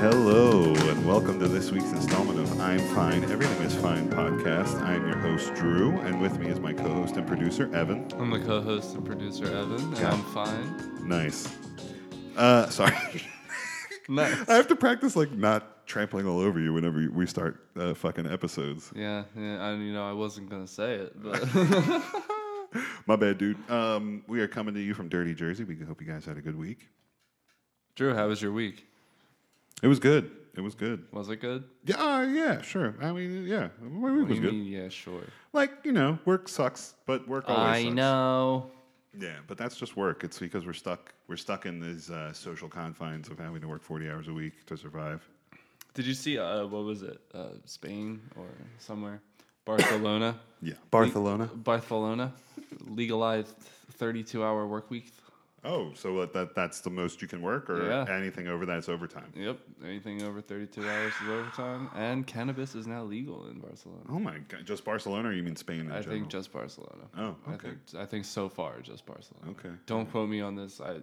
Hello, and welcome to this week's installment of I'm Fine, Everything is Fine podcast. I'm your host, Drew, and with me is my co host and producer, Evan. I'm the co-host and producer Evan, and Yeah. I'm fine. Nice. Uh, sorry. Nice. I have to practice, like, not trampling all over you whenever we start uh, fucking episodes. yeah, yeah, I you know I wasn't gonna say it, but My bad, dude. Um, we are coming to you from Dirty Jersey. We hope you guys had a good week. Drew, how was your week? It was good. It was good. Was it good? Yeah, uh, yeah, sure. I mean, yeah, my week What do was you good. mean, yeah, sure. Like, you know, work sucks, but work always I sucks. know. Yeah, but that's just work. It's because we're stuck. We're stuck in these uh, social confines of having to work forty hours a week to survive. Did you see uh, what was it? Uh, Spain or somewhere? Barcelona. Yeah, Barcelona. Barcelona legalized 32-hour work week. Oh, so what, that that's the most you can work, or Yeah. anything over that's overtime. Yep, anything over 32 hours is overtime, and cannabis is now legal in Barcelona. Oh my god, just Barcelona, or you mean Spain? In I general? think just Barcelona. Oh, I okay. think I think so far just Barcelona. Okay. Don't quote me on this. I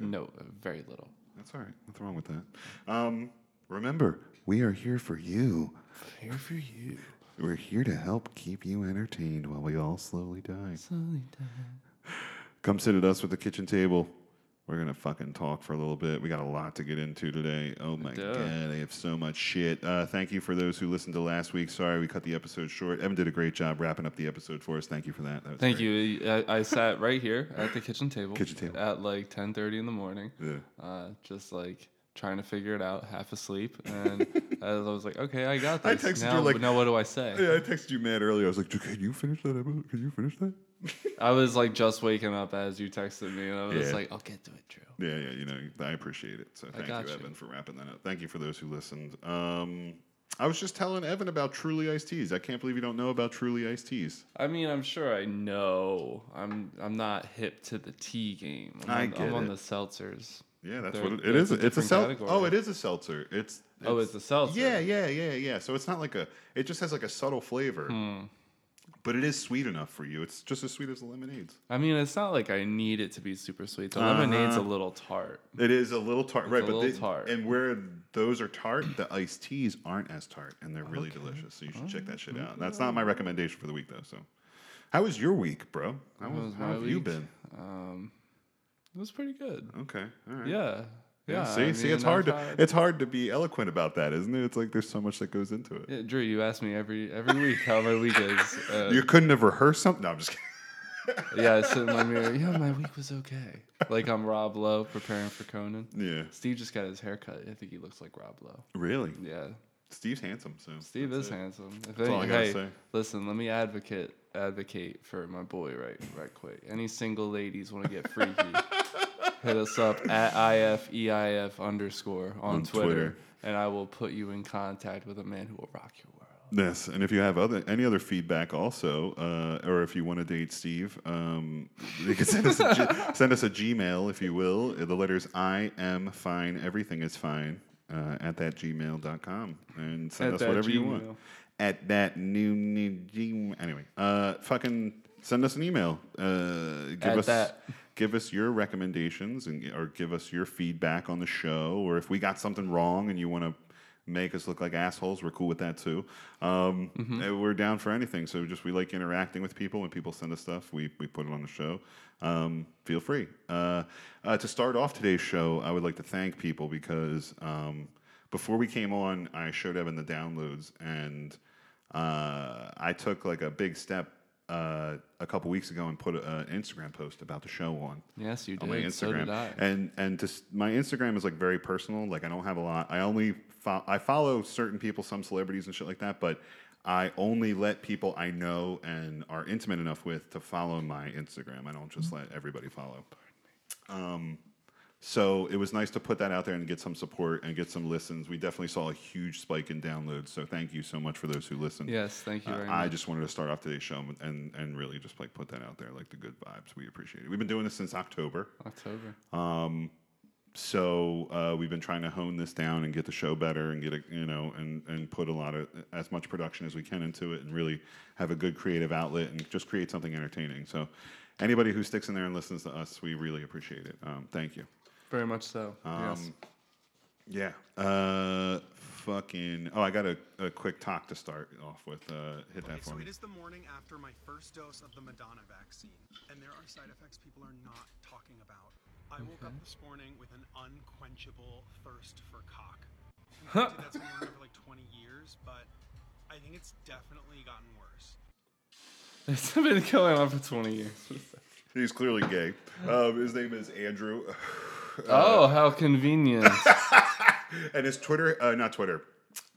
know very little. That's all right. Nothing wrong with that. Um, remember, we are here for you. Here for you. We're here to help keep you entertained while we all slowly die. Come sit at us with the kitchen table. We're gonna fucking talk for a little bit. We got a lot to get into today. Oh my do. god, I have so much shit. Uh, thank you for those who listened to last week. Sorry we cut the episode short. Evan did a great job wrapping up the episode for us. Thank you for that. that was Thank great. you. I, I sat right here at the kitchen table. Kitchen table. At like 10:30 in the morning. Yeah. Uh, just like trying to figure it out, half asleep, and as I was like, okay, I got I this. texted you, now, like- now what do I say? Yeah, I texted you mad earlier. I was like, "Can you finish that episode? Can you finish that?" I was like just waking up as you texted me, and I was Yeah. like, I'll get to it, Drew. Yeah, yeah, you know, I appreciate it. So thank you, got you. Evan, for wrapping that up. Thank you for those who listened. Um, I was just telling Evan about Truly Iced Teas. I can't believe you don't know about Truly Iced Teas. I mean, I'm sure I know. I'm I'm not hip to the tea game. I'm, I on- get I'm on it. the seltzers. Yeah, that's They're- what it, it is. that's It's a a, different seltzer. category. Oh, it is a seltzer. It's, Oh, it's a seltzer. Yeah, yeah, yeah, yeah. So it's not like a. It just has like a subtle flavor, Hmm. but it is sweet enough for you. It's just as sweet as the lemonades. I mean, it's not like I need it to be super sweet. The Uh-huh. lemonade's a little tart. It is a little tart, right? a but little they- tart. and where those are tart, the iced teas aren't as tart, and they're really delicious. So you should check that shit Oh. out. That's not my recommendation for the week, though. So, how was your week, bro? How, was, was how my have you week? been? Um, it was pretty good. Okay, all right. Yeah. Yeah. see, I see, mean, it's hard. I've To, had- it's hard to be eloquent about that, isn't it? It's like there's so much that goes into it. Yeah, Drew, you ask me every every week how my week is. Uh, You couldn't have rehearsed something. No, I'm just kidding. yeah, I sit in my mirror. Yeah, my week was okay. Like I'm Rob Lowe preparing for Conan. Yeah. Steve just got his haircut. I think he looks like Rob Lowe. Really? Yeah. Steve's handsome, so. Steve that's is it. handsome. If all any- I gotta hey, say. listen, let me advocate advocate for my boy right right quick. Any single ladies want to get freaky, hit us up at ifeif underscore on, On Twitter, Twitter. and I will put you in contact with a man who will rock your world. Yes, and if you have other any other feedback, also, uh, or if you want to date Steve, um, you can send us a G- send us a Gmail, if you will. The letters I am fine, everything is fine uh, at that gmail.com. and send At us that whatever you Gmail. want at that new new Gmail. Anyway, uh, fucking send us an email. Uh, give At us that. give us your recommendations and or give us your feedback on the show or if we got something wrong and you want to make us look like assholes we're cool with that too um, and we're down for anything so just we like interacting with people when people send us stuff we, we put it on the show um, feel free uh, uh, to start off today's show i would like to thank people because um, before we came on i showed evan the downloads and uh, I took like a big step uh, a couple weeks ago and put a- an Instagram post about the show on Yes, you on my did. So Instagram. did I. And and just my Instagram is like very personal. Like I don't have a lot. I only fo- I follow certain people, some celebrities and shit like that, but. I only let people I know and are intimate enough with to follow my Instagram. I don't just let everybody follow. Um, So it was nice to put that out there and get some support and get some listens. We definitely saw a huge spike in downloads. So thank you so much for those who listened. Yes, thank you Uh, very I much. just wanted to start off today's show and- and and really just like put that out there, like the good vibes. We appreciate it. We've been doing this since October, October. so uh, we've been trying to hone this down and get the show better and get it, you know, and and put a lot of as much production as we can into it and really have a good creative outlet and just create something entertaining. So anybody who sticks in there and listens to us, we really appreciate it. Um, thank you. Very much so. yes. Yeah. Uh, fucking. Oh, I got a, a quick talk to start off with. Uh, hit that Okay, for so me. it is the morning after my first dose of the Madonna vaccine, and there are side effects people are not talking about. I woke up this morning with an unquenchable thirst for cock. And granted, That's been going on for like 20 years, but I think it's definitely gotten worse. It's been going on for 20 years. He's clearly gay. Um, his name is Andrew, Uh, oh, how convenient. and his Twitter, uh, not Twitter,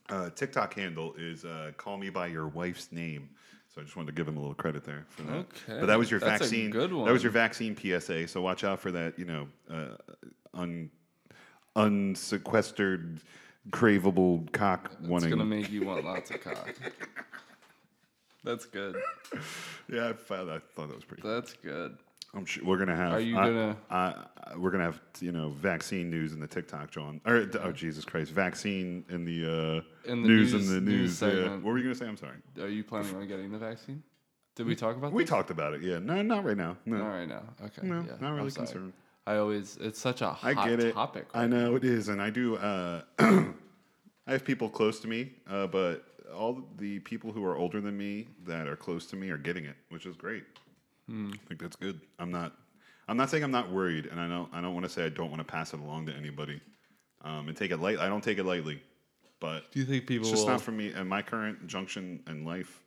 uh, TikTok handle is uh, "Call Me by Your Wife's Name." So I just wanted to give him a little credit there for that. Okay. But that was your That's a vaccine. good That one. was your vaccine PSA. So watch out for that. You know, uh, un unsequestered, craveable cock It's wanting. gonna make you want lots of cock. That's good. yeah, I, found, I thought that was pretty. That's good. I'm sure we're gonna have. Are you I- gonna- I- I- we're gonna have you know vaccine news in the TikTok, John. Or oh Jesus Christ, vaccine in the uh, In in the news- the news news. yeah. segment. What were you gonna say? I'm sorry. Are you planning on getting the vaccine? Did we talk about We this? talked about it. Yeah. No, not right now. No, All right now. Okay. no, yeah, not I'm really sorry. concerned. I always it's such a I hot get it. topic. I know it is, and I do. Uh, I have people close to me, uh, but all the people who are older than me that are close to me are getting it, which is great. Hmm. I think that's good. I'm not. I'm not saying I'm not worried, and I don't. I don't want to say I don't want to pass it along to anybody, um, and take it light. I don't take it lightly, but Do you think people it's just will, not for me. At my current junction in life,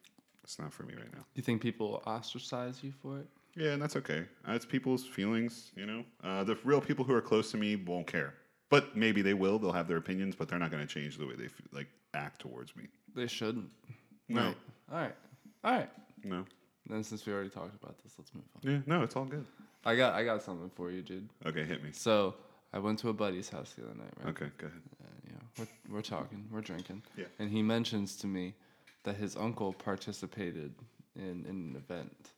it's not for me right now. do you think people will ostracize you for it? Yeah, and that's okay. Uh, It's people's feelings, you know. Uh, the real people who are close to me won't care, but maybe they will. They'll have their opinions, but they're not going to change the way they f- like act towards me. They shouldn't. No, Right. All right. All right. no, Then since we already talked about this, let's move on. yeah, no. It's all good. I got I got something for you, dude. Okay, hit me. So I went to a buddy's house the other night, right? Okay, go ahead. you know, we're, we're talking, we're drinking. Yeah. And he mentions to me that his uncle participated in, in an event.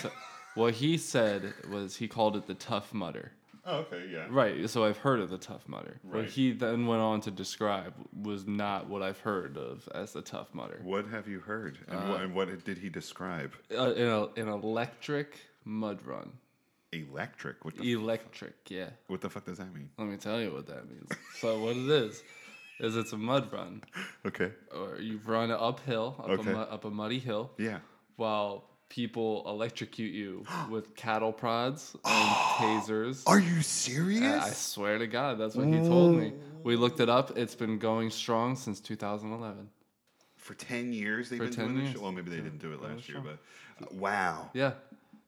So what he said was he called it the Tough Mudder. Oh, okay, yeah. Right. So I've heard of the Tough Mudder. Right. What he then went on to describe was not what I've heard of as the Tough Mudder. What have you heard, and, what, and what did he describe? Uh, an, el- an electric mud run. Electric. What the, f- Electric, yeah. what the fuck does that mean? Let me tell you what that means. so what it is is it's a mud run, Okay. or you run uphill up, Okay. a, mu- up a muddy hill. Yeah. while people electrocute you with cattle prods and tasers. Are you Yeah, I serious? swear to God, that's what he told me. We looked it up. It's been going strong since 2011. for ten years they've For been 10 doing this. years. shit? Well, maybe they didn't do it last year, but uh, wow. Yeah.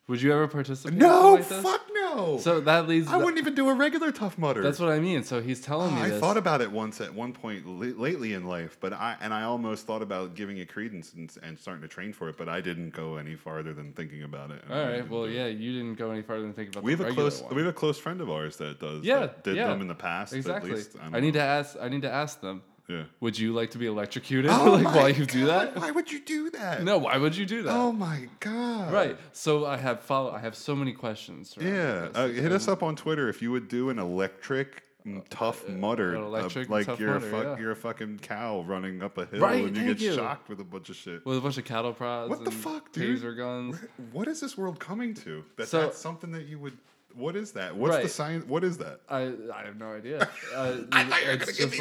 Would you ever participate? in No, something like this? fuck no. So that leads. I wouldn't even do a regular tough mutter. That's what I mean. So he's telling me I this. thought about it once at one point la- lately in life, but I and I almost thought about giving it credence and, and starting to train for it, but I didn't go any farther than thinking about it. and All I right. didn't Well, do it. yeah, you didn't go any farther than think about. We have the a regular close one. we have a close friend of ours that does yeah, that did yeah. them in the past. Exactly. At least I, don't need to know. ask. I need to ask them. Yeah. Would you like to be electrocuted? Oh like my while you do God, that? Why would you do that? No. Why would you do that? Oh my god. Right. So I have follow. I have so many questions. surrounding Yeah. this. Uh, hit us up on Twitter if you would do an electric mm, tough mutter, Oh, an uh, electric like tough you're a mutter, fuck, yeah. you're a fucking cow running up a hill Right, and you thank get you. shocked with a bunch of shit. with a bunch of cattle prods. What the and fuck, dude? Taser guns. What is this world coming to? That So- that's something that you would. What is that? What's the Right. science? What is that? I I have no idea. Uh, thought you were it's gonna give just me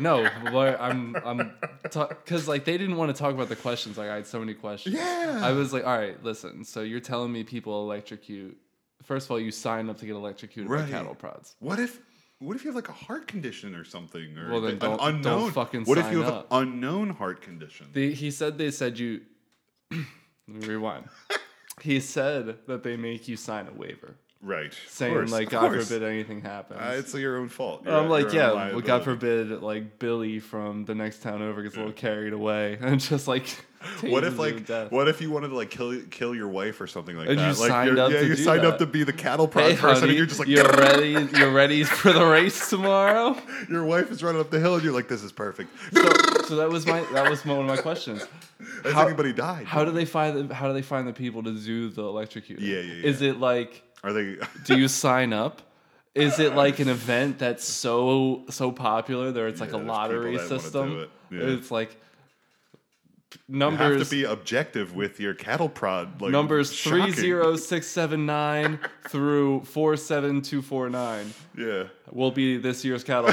more. no, but I'm I'm because like they didn't want to talk about the questions. Like I had so many questions. Yeah. I was like, all right, listen. So you're telling me people electrocute. First of all, you sign up to get electrocuted Right. by cattle prods. What if? What if you have like a heart condition or something, or Well, then an don't- don't unknown? fucking what if sign you have up. an unknown heart condition? They, he said they said you. let me rewind. he said that they make you sign a waiver. right. saying of course, like of God course. forbid anything happens. Uh, it's your own fault. And You're- I'm Um, like, you're yeah, own well, God liability. forbid, like Billy from the next town over gets a little carried away and just like. What if tases you to like death. what if you wanted to like kill kill your wife or something like And you that? like signed you're- up yeah, to you do signed up that. to be the cattle prod Hey, person, honey, and you're you're just like ready. You're ready for the race tomorrow. your wife is running up the hill, and you're like, this is perfect. So, so that was my that was one of my questions. Has How- anybody died? How do they find the, how do they find the people to do the electrocuting? Yeah, yeah, Is it like Are they? do you sign up? Is it like an event that's so so popular there it's like Yeah, a there's lottery people that wanna do system? it. Yeah. It's like You have numbers to be objective with your cattle prod. Like, numbers shocking. three zero six seven nine through four seven two four nine Yeah. will be this year's cattle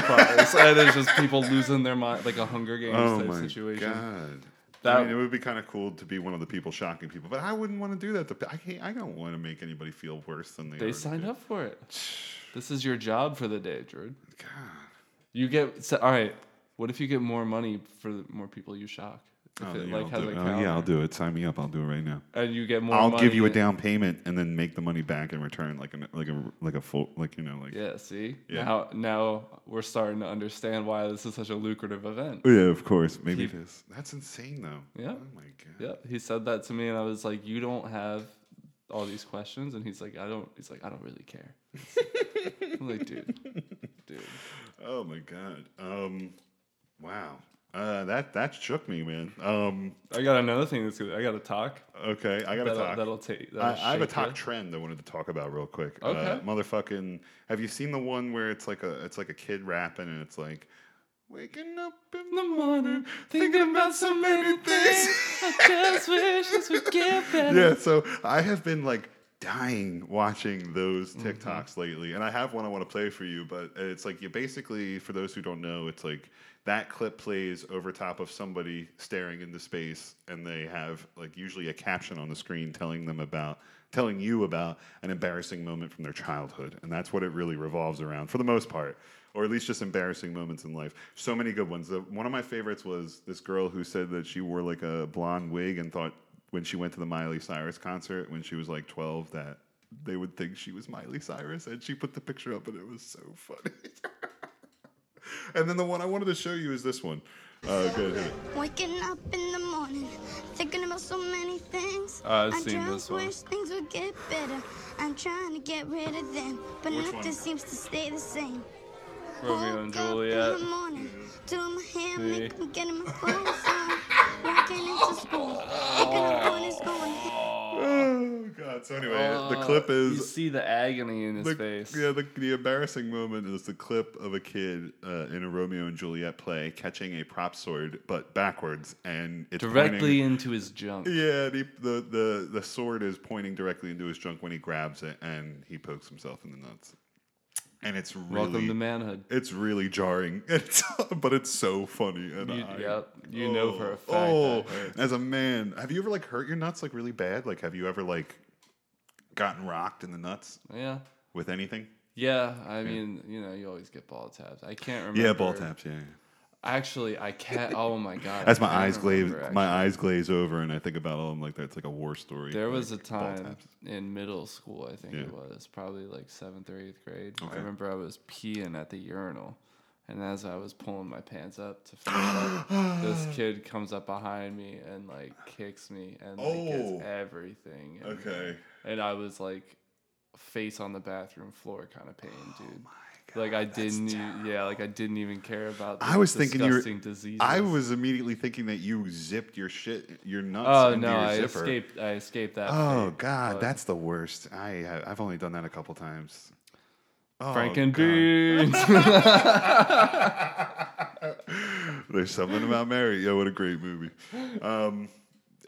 prize, and it's just people losing their mind, like a Hunger Games Oh type my situation. god. I That- mean, it would be kind of cool to be one of the people shocking people, but I wouldn't want to do that. To, pe- I can't, I don't want to make anybody feel worse than they. They already signed do. up for it. This is your job for the day, Drew. God. You get so, all right. What if you get more money for the more people you shock? If Oh, it yeah, like I'll has do a it. calendar oh, yeah, I'll do it. Sign me up. I'll do it right now. and you get more. I'll give money you a and- down payment and then make the money back in return, like a like a like a full like you know like Yeah. See. Yeah. Now, now we're starting to understand why this is such a lucrative event. Oh, yeah, of course, maybe Keep- it is. That's insane though. Yeah. Oh my god. Yeah, he said that to me, and I was like, "You don't have all these questions," and he's like, "I don't." He's like, "I don't really care." I'm like, dude, dude, Oh my god. Um, wow. Uh, that that shook me, man. Um, I got another thing that's good. I got to talk. okay, I gotta That'll, talk. that'll take. That'll I, I have a shake top ya. trend I wanted to talk about real quick. Uh, Okay. motherfucking, have you seen the one where it's like a it's like a kid rapping and it's like waking up in In the morning, thinking about so many things. I just wish this would get better. yeah, so I have been like dying watching those TikToks lately, and I have one I want to play for you. But it's like you basically, for those who don't know, it's like that clip plays over top of somebody staring into space, and they have like usually a caption on the screen telling them about telling you about an embarrassing moment from their childhood, and that's what it really revolves around for the most part. Or at least just embarrassing moments in life. So many good ones. The, one of my favorites was this girl who said that she wore like a blonde wig and thought when she went to the Miley Cyrus concert when she was like 12 that they would think she was Miley Cyrus and she put the picture up and it was so funny. and then the one I wanted to show you is this one. Uh, good. hit it. Waking up in the morning, thinking about so many things. I've I seen just this one. wish things would get better. I'm trying to get rid of them, but Which nothing one? seems to stay the same. Romeo and Woke up Juliet. In the morning, doing my hair, See? makeup, getting my clothes on, walking into school, picking up Ah. on his going. Oh, God. So, anyway, the clip Uh, You is. see the agony in his The, face. yeah, the, the embarrassing moment is the clip of a kid uh, in a Romeo and Juliet play catching a prop sword, but backwards, and it's pointing- Directly into his junk. Yeah, the, the the the sword is pointing directly into his junk when he grabs it, and he pokes himself in the nuts. And it's really, Welcome to manhood. it's really jarring. It's, but it's so funny. And You- I, yep, you know for a fact that Oh, hurts. as a man, have you ever like hurt your nuts like really bad? Like, have you ever like gotten rocked in the nuts Yeah. with anything? Yeah, I mean, you know, you always get ball taps. I can't remember. Yeah, ball taps. Yeah, yeah. Actually, I can't. Oh my god! as I my can't eyes glaze, remember, my actually. eyes glaze over, and I think about all. I'm like, that's like a war story. There was a like, ball time taps. in middle school, I think it Yeah. was probably like seventh or eighth grade. I Okay. remember I was peeing at the urinal, and as I was pulling my pants up to finish up, this kid comes up behind me and like kicks me and like Oh. gets everything. And, Okay. and I was like face on the bathroom floor, kind of pain, Oh dude. like I didn't, e- yeah, like I didn't even care about. The I was thinking you were- disgusting diseases. I was immediately thinking that you zipped your shit, your nuts Oh into no! your I zipper. escaped. I escaped that. Oh fate, god, but- that's the worst. I ha- I've only done that a couple times. Oh, Franken God. Beans. There's something about Mary. Yeah, what a great movie. Um,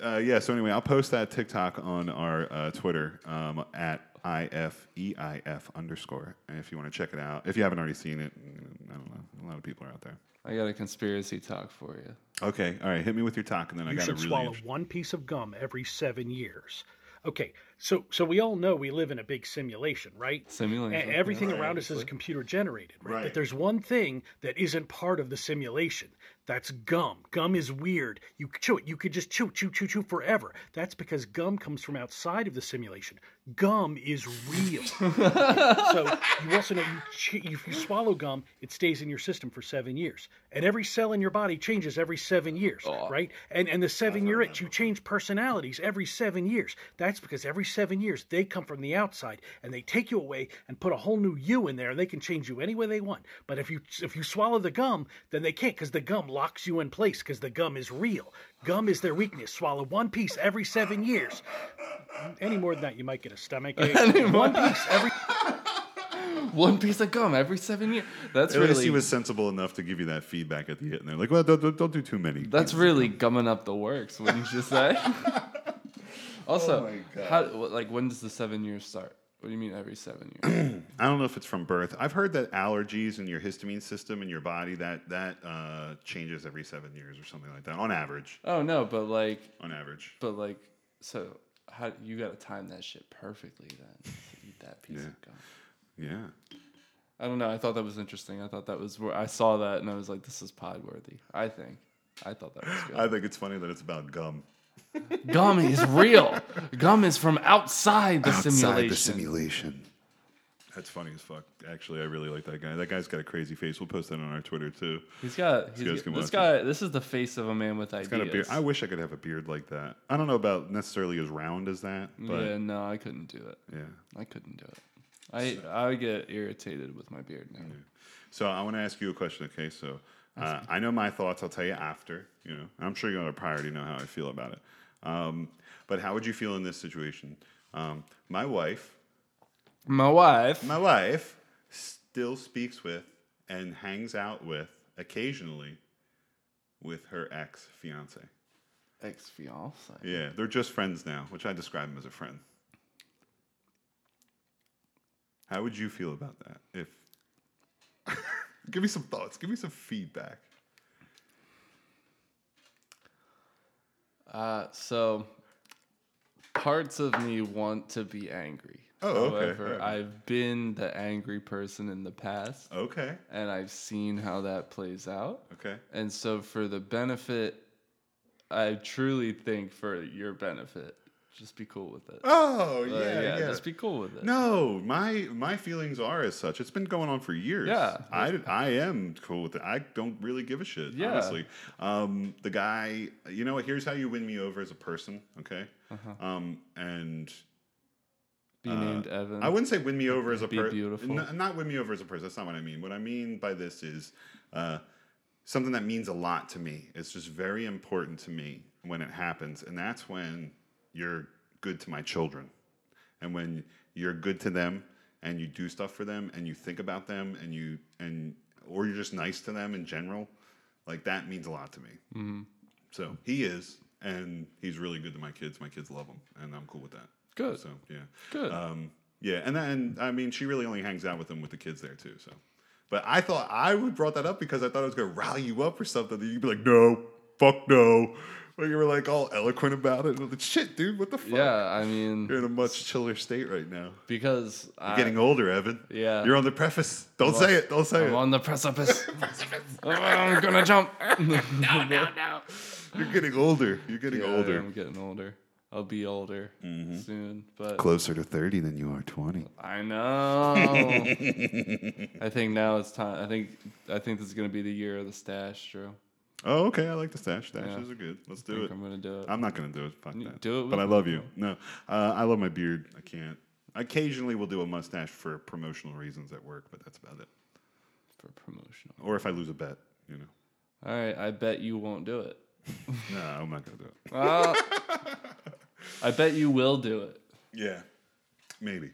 uh, yeah. So anyway, I'll post that TikTok on our uh, Twitter um, at ifeif underscore if you want to check it out. If you haven't already seen it, mm, I don't know. A lot of people are out there. I got a conspiracy talk for you. Okay, all right. Hit me with your talk, and then I you got a should really. swallow interest- one piece of gum every seven years. Okay, so so we all know we live in a big simulation, right? Simulation, E- everything yeah. around us is computer generated, right? Right. But there's one thing that isn't part of the simulation. That's gum. Gum is weird. You could chew it. You could just chew, chew, chew, chew forever. That's because gum comes from outside of the simulation. Gum is real. so you also know you che- if you swallow gum, it stays in your system for seven years, and every cell in your body changes every seven years, right? And and the seven year itch, you change personalities every seven years. That's because every seven years they come from the outside and they take you away and put a whole new you in there, and they can change you any way they want. But if you if you swallow the gum, then they can't because the gum locks you in place because the gum is real. Gum is their weakness. Swallow one piece every seven years. Any more than that, you might get a stomach ache. one piece every. one piece of gum every seven years. That's At least really he was sensible enough to give you that feedback at the end. They're like, well, don't, don't, don't do too many. that's really gumming up the works, wouldn't you say? also, Oh how like when does the seven years start? What do you mean every seven years? I don't know if it's from birth. I've heard that allergies and your histamine system in your body that that uh, changes every seven years or something like that on average. oh no, but like On average, But like, so how you got to time that shit perfectly then to eat that piece Yeah. of gum? yeah. I don't know. I thought that was interesting. I thought that was where I saw that and I was like, this is pod worthy. I think. I thought that was good. I think it's funny that it's about gum. Gum is real. Gum is from outside the simulation. simulation. That's funny as fuck. Actually, I really like that guy. That guy's got a crazy face. We'll post that on our Twitter too. he's got. guy's He's, can got this watch guy. This is the face of a man with He's got a beard. ideas. I wish I could have a beard like that. I don't know about necessarily as round as that, but yeah, no, I couldn't do it. yeah. I couldn't do it. I I would get irritated with my beard now. So I want to ask you a question, okay? So uh, I know my thoughts. I'll tell you after. You know, I'm sure you probably already know how I feel about it. Um, but how would you feel in this situation? Um, my wife, My wife. my wife, still speaks with and hangs out with occasionally with her ex fiance. Ex fiance. Yeah, they're just friends now, which I describe him as a friend. How would you feel about that? If give me some thoughts, give me some feedback. Uh, so parts of me want to be angry. Oh, okay, However, alright. I've been the angry person in the past, Okay, and I've seen how that plays out. okay, And so, for the benefit, I truly think for your benefit, just be cool with it. Oh Like, yeah, yeah. Just be cool with it. no, my my feelings are as such. It's been going on for years. Yeah. I, I am cool with it. I don't really give a shit. Yeah. honestly. Um, the guy, you know what? Here's how you win me over as a person. Okay. Um, and Be uh, named Evan. I wouldn't say win me over as a Be person. beautiful. not win me over as a person. That's not what I mean. What I mean by this is uh, something that means a lot to me. It's just very important to me when it happens, and that's when you're good to my children, and when you're good to them, and you do stuff for them, and you think about them, and you and or you're just nice to them in general. Like that means a lot to me. Mm-hmm. So he is, and he's really good to my kids. My kids love him, and I'm cool with that. Good. So yeah. Good. Um, yeah, and then I mean, she really only hangs out with them with the kids there too. So, but I thought I would brought that up because I thought I was going to rally you up or something. And you'd be like, "No, fuck no," or you were like all eloquent about it. And I'm like, Shit, dude, what the fuck? yeah, I mean, you're in a much chiller state right now. because I, You're getting older, Evan. Yeah. you're on the preface. Don't say it. Don't say I'm it. on the precipice. I'm gonna jump. You're getting older. You're getting Yeah, older. Mm-hmm. I'm getting older. I'll be older soon, but Closer to thirty than you are twenty. I know. I think now it's time. I think I think this is gonna be the year of the stash, Drew. Oh, okay. I like the stash. Stashes Yeah. are good. Let's I do think it. I'm gonna do it. I'm not gonna do it. Fuck that. do it with but I me, love you. No, uh, I love my beard. I can't. Occasionally, we'll do a mustache for promotional reasons at work, but that's about it. for promotional. Or if I lose a bet, you know. All right, I bet you won't do it. No, I'm not gonna do it. Well, I bet you will do it. Yeah, maybe.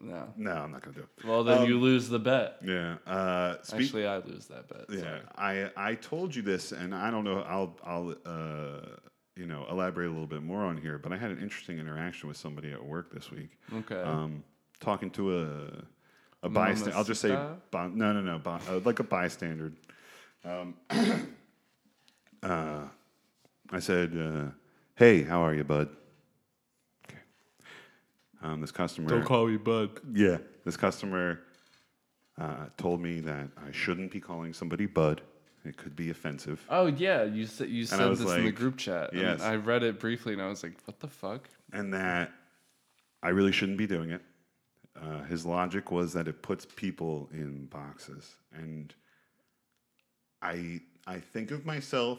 No. No, I'm not gonna do it. Well, then you lose the bet. Yeah. Uh, Um, speak- Actually, I lose that bet. yeah. sorry. I I told you this, and I don't know. I'll I'll uh, you know elaborate a little bit more on here, but I had an interesting interaction with somebody at work this week. Okay. um, talking to a a bystander. I'll just say Mamacita? bi- no, no, no, bi- uh, like a bystander. Um, uh, I said, uh, "Hey, how are you, bud?" Okay. Um, this customer. call me bud. Yeah, this customer uh, told me that I shouldn't be calling somebody bud. It could be offensive. Oh yeah, you said you said was this in the like, group chat. and yes. I read it briefly and I was like, what the fuck? and that I really shouldn't be doing it. Uh, his logic was that it puts people in boxes, and I I think of myself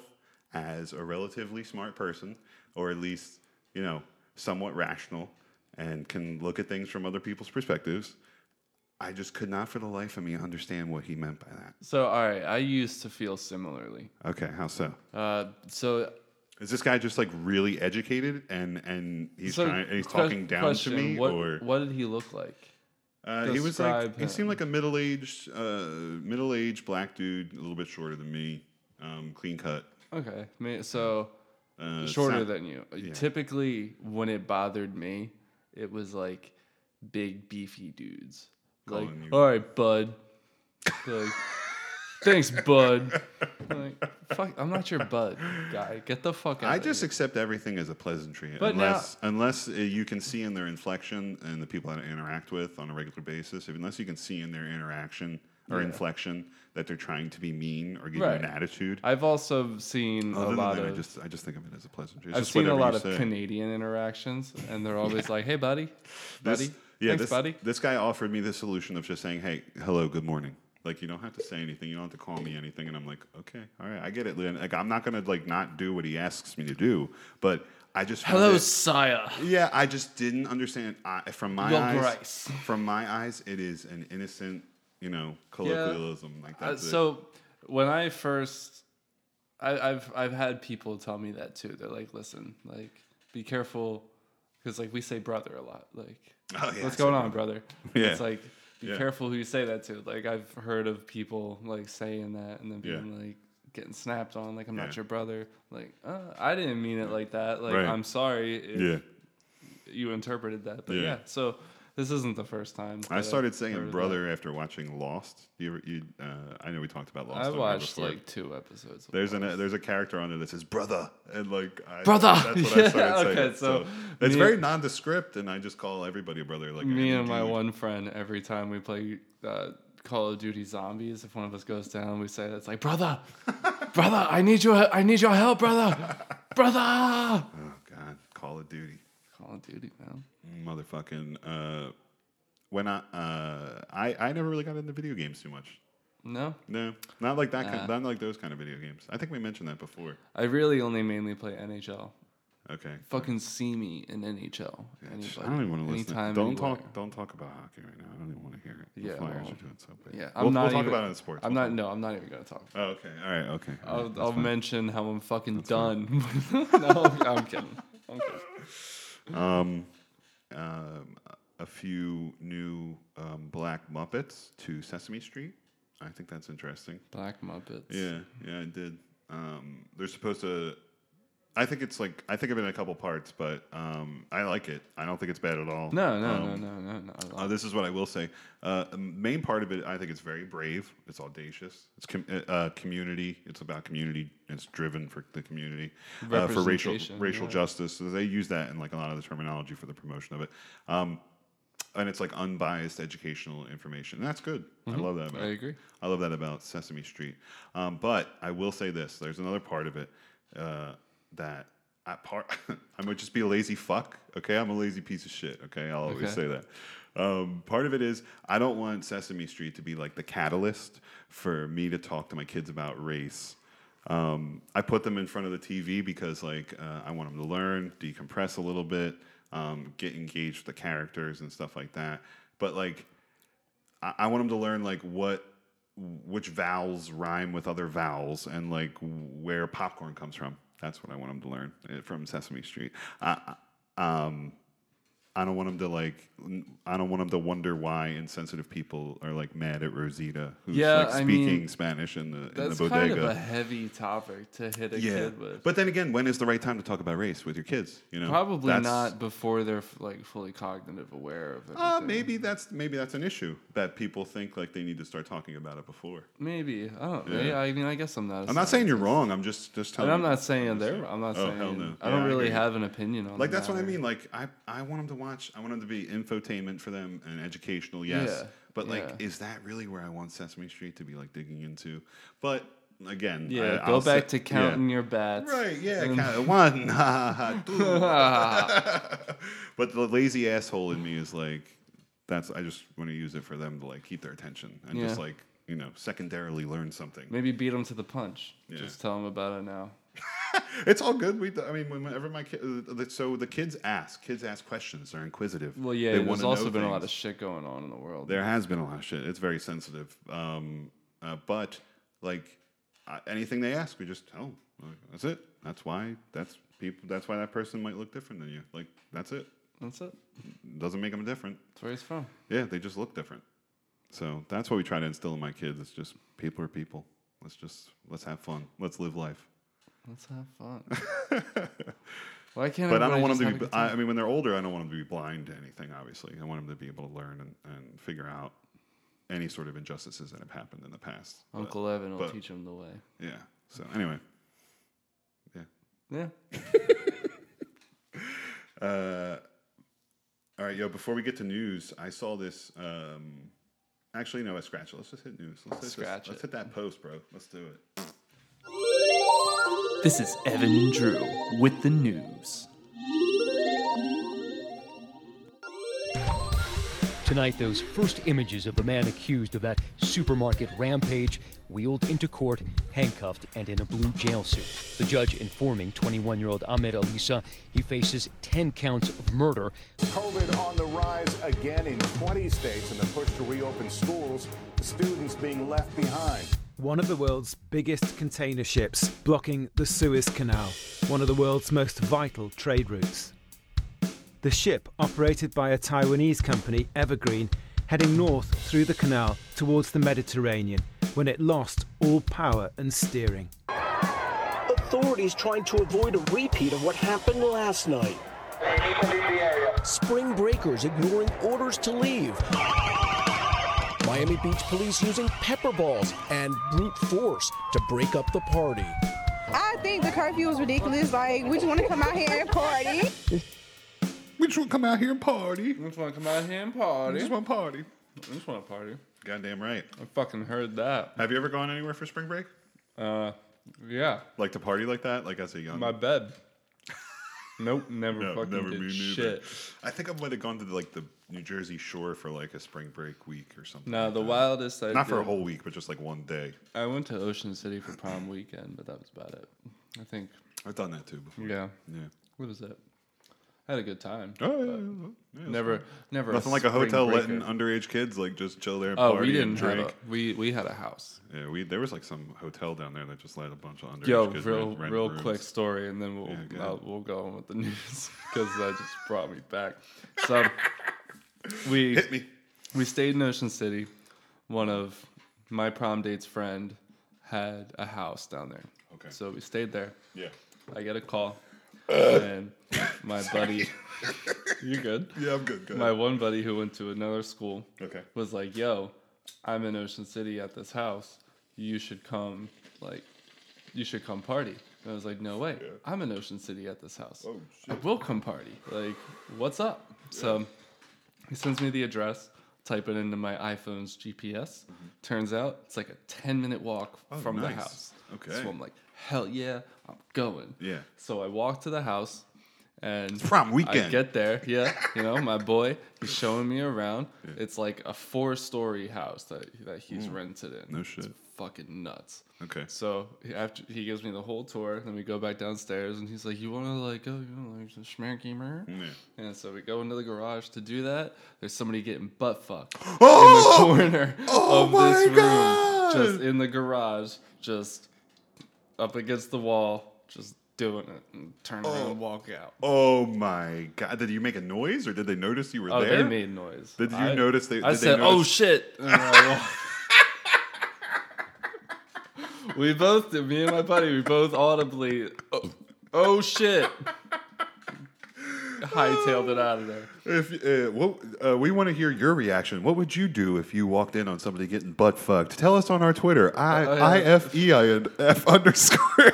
as a relatively smart person, or at least you know somewhat rational, and can look at things from other people's perspectives. I just could not, for the life of me, understand what he meant by that. So all right, I used to feel similarly. Okay, how so? Uh, so Is this guy just like really educated and and he's so trying, and he's que- talking down question, to me, What, or what did he look like? Uh, he was like Describe he seemed him. like a middle aged uh, middle aged black dude, a little bit shorter than me, um, clean cut. Okay, ma- so Uh, shorter sound- than you. Typically, when it bothered me, it was like big beefy dudes. Like, Calling you- all right, bud. Like, thanks, bud. Like, fuck, I'm not your bud, guy. Get the fuck out. I just accept everything as a pleasantry, But now- unless unless uh, you can see in their inflection and the people that I interact with on a regular basis. If, unless you can see in their interaction or inflection that they're trying to be mean or give you an Right. attitude. I've also seen Other a than lot that, of. I just I just think of it as a pleasantry. It's I've just seen a whatever lot you say. of Canadian interactions, and they're always like, "Hey, buddy, buddy, This- yeah, thanks, this, buddy." This guy offered me the solution of just saying, "Hey, hello, good morning." Like you don't have to say anything. You don't have to call me anything. And I'm like, okay, all right, I get it, Lynn. Like I'm not gonna like not do what he asks me to do, but I just found Hello, it- sire. Yeah, I just didn't understand. I, from my Your eyes, grace. from my eyes, it is an innocent, you know, colloquialism like Uh, that's it. Oh, so when I first, I, I've I've had people tell me that too. They're like, "Listen, like, be careful," because like we say brother a lot. Like, Oh, yeah, what's so- going on, brother? Yeah. It's like be Yeah. careful who you say that to. Like I've heard of people like saying that and then Yeah. being like getting snapped on. Like I'm Yeah. not your brother. Like uh, I didn't mean it like that. Like Right. I'm sorry. If Yeah, You interpreted that, but Yeah. yeah. so. This isn't the first time. that I I've started heard of saying that. brother after watching Lost. You, ever- you uh, I know we talked about Lost. I on here watched before. like two episodes. of There's an uh, there's a character on there that says brother and like I, Brother! That's what I Yeah, started saying. okay, so it's me- very nondescript, and I just call everybody a brother. Like any Me and my dude. one friend, every time we play uh, Call of Duty Zombies, if one of us goes down, we say it's like, "Brother, brother, I need your, I need your help, brother, brother." Oh God, Call of Duty, Call of Duty, man. motherfucking. Uh, when I uh, I I never really got into video games too much. No, No, not like that. kind, not like those kind of video games. I think we mentioned that before. I really only mainly play NHL. Okay. Fucking see me in NHL. I don't even want to listen. Anytime, don't anywhere. talk. Don't talk about hockey right now. I don't even want to hear it. The Yeah, Flyers well, are doing so bad. Yeah, I'm we'll, not we'll talk even- about it in sports. I'm We'll not. talk- No, I'm not even gonna talk. Oh, okay. All right. Okay. all right, I'll, that's I'll fine. mention how I'm fucking done. no, I'm kidding. I'm kidding. um, um, a few new um, black Muppets to Sesame Street. I think that's interesting. Black Muppets. Yeah, yeah, I did. Um, they're supposed to. I think it's like I think of it in a couple parts, but um, I like it. I don't think it's bad at all. No, no, Um, no, no, no, no. I Uh, this is what I will say. Uh, the main part of it, I think, it's very brave. It's audacious. It's com- uh, uh, community. It's about community. It's driven for the community uh, for racial Representation, racial yeah. justice. So they use that in like a lot of the terminology for the promotion of it. Um, and it's like unbiased educational information. And that's good. I love that. About Mm-hmm. I it. agree. I love that about Sesame Street. Um, but I will say this: there's another part of it uh, that I part. I might just be a lazy fuck. Okay, I'm a lazy piece of shit. Okay, I'll always say Okay. that. Um, part of it is I don't want Sesame Street to be like the catalyst for me to talk to my kids about race. Um, I put them in front of the TV because like uh, I want them to learn, decompress a little bit, um, get engaged with the characters and stuff like that. But like I, I want them to learn like what which vowels rhyme with other vowels and like where popcorn comes from. That's what I want them to learn eh, from Sesame Street. I, I- um, I don't want them to like. n- I don't want them to wonder why insensitive people are like mad at Rosita, who's Yeah, like I speaking mean, Spanish in the in the That's bodega. kind of a heavy topic to hit a kid with. But then again, when is the right time to talk about race with your kids? You know, probably That's- not before they're f- like fully cognitive aware of it. Uh, maybe that's maybe that's an issue that people think like they need to start talking about it before. maybe. I don't. know. Yeah, I mean, I guess I'm not. a I'm not saying you're scientist. wrong. I'm just just telling. and I'm you- not saying they're. I'm not Oh, saying. hell no. I Yeah, don't I really agree. have an opinion on. Like the that's what I matter. mean. Like I I want them to watch. I want them to be infotainment for them and educational. Yes, Yeah, but like, yeah. is that really where I want Sesame Street to be like digging into? But again, Yeah, I, go I'll back say- to counting yeah. your bats. Right, yeah, count- one, ha, ha, two. but the lazy asshole in me is like, that's. I just want to use it for them to like keep their attention and just Yeah. like you know secondarily learn something. Maybe beat them to the punch. Yeah. Just tell them about it now. It's all good. We, I mean, whenever my kid, so the kids ask, kids ask questions. They're inquisitive. Well, yeah. They there's wanna also know been a lot of things. shit going on in the world. there has been a lot of shit. It's very sensitive. Um, uh, but like uh, anything they ask, we just tell 'em. Like, that's it. That's why. That's people. That's why that person might look different than you. Like that's it. That's it. Doesn't make them different. That's where he's from. Yeah, they just look different. So that's what we try to instill in my kids. It's just people are people. Let's just let's have fun. Let's live life. Let's have fun. Why can't? But I don't everybody want them just have to a be. good I, time? I mean, when they're older, I don't want them to be blind to anything. Obviously, I want them to be able to learn and, and figure out any sort of injustices that have happened in the past. But, Uncle Evan will but- teach him the way. yeah. So anyway, yeah. Yeah. Uh, all right, yo. Before we get to news, I saw this. Um, actually, no, I scratch it. Let's just hit news. Let's hit this- Scratch Let's it. hit that post, bro. Let's do it. This is Evan and Drew with the news. Tonight, those first images of the man accused of that supermarket rampage wheeled into court, handcuffed, and in a blue jail suit. The judge informing 21 year old Ahmed Alisa he faces 10 counts of murder. COVID on the rise again in 20 states and the push to reopen schools, students being left behind. One of the world's biggest container ships blocking the Suez Canal, one of the world's most vital trade routes. The ship, operated by a Taiwanese company, Evergreen, heading north through the canal towards the Mediterranean when it lost all power and steering. Authorities trying to avoid a repeat of what happened last night. Spring breakers ignoring orders to leave. Miami Beach police using pepper balls and brute force to break up the party. I think the curfew is ridiculous. Like, we just want to come out here and party. We just want to come out here and party. I just want to come out here and We party. just I want to party. just want to party. Goddamn right. I fucking heard that. Have you ever gone anywhere for spring break? Uh, yeah. Like to party like that? Like as a young. My bed. Nope, never No, fucking never me did neither. shit. I think I might have gone to like the New Jersey Shore for like a spring break week or something. No, like the that. wildest I Not for a did- whole week, but just like one day. I went to Ocean City for prom weekend, but that was about it. I think. I've done that too before. Yeah. Uh, Yeah. What was it? I had a good time. Oh, yeah, yeah, yeah. Yeah, it's Never, fine. never. Nothing like a spring hotel breaker. letting underage kids like just chill there and Oh, party we didn't and have drink. a. We we had a house. Yeah, we there was like some hotel down there that just let a bunch of underage Yo, kids real rent, rent real rooms. quick story, and then we'll go I'll, ahead. we'll go on with the news because that just brought me back. So we Hit me. we stayed in Ocean City. One of my prom date's friend had a house down there. Okay. So we stayed there. Yeah. Uh, I get a call, and my buddy, you good? Yeah, I'm good. Go My ahead. one buddy who went to another school Okay. was like, "Yo, I'm in Ocean City at this house. You should come, like, you should come party." And I was like, "No way! I'm in Ocean City at this house. Oh, I will come party. Like, what's up?" So he sends me the address. Type it into my iPhone's GPS. Turns out it's like a 10 minute walk from Mm-hmm. Oh, nice. the house. Okay. So I'm like, hell yeah, I'm going. Yeah. So I walk to the house and prom I weekend. get there, yeah. You know, my boy, he's showing me around. It's like a four story house that that he's rented in. Mm. No It's shit. fucking nuts. Okay. So he- after he gives me the whole tour, then we go back downstairs, and he's like, "You want to like go, you know, like some schmerkemer?" Yeah. And so we go into the garage to do that. There's somebody getting butt fucked Oh! in the corner Oh of this my room, God! just in the garage, just up against the wall, just doing it, and turn around and walk out. Oh my god! Did you make a noise, or did they notice you were Oh, there? they made noise. Did you notice they- I did they said, "Oh notice- shit!" and I walked. we both did. Me and my buddy, we both audibly, "Oh, oh shit!" Hightailed it out of there. If uh, what uh, we want to hear your reaction. What would you do if you walked in on somebody getting butt fucked? Tell us on our Twitter. I I F E I N F underscore.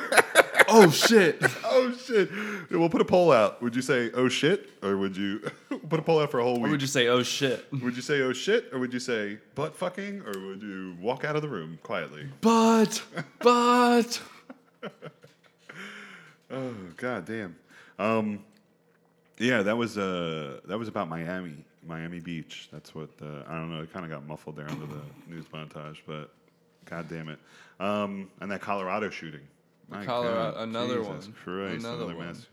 Oh shit! oh shit! We'll put a poll out. Would you say oh shit, or would you put a poll out for a whole I week? would just say, "Oh shit!" would you say oh shit, or would you say butt fucking, or would you walk out of the room quietly? But, but. Oh god damn. Um, yeah, that was uh, that was about Miami, Miami Beach. That's what uh, I don't know. It kind of got muffled there under the news montage, but god damn it. Um, and that Colorado shooting. My Colorado- God, another Jesus one. Christ, Another another, one. mass.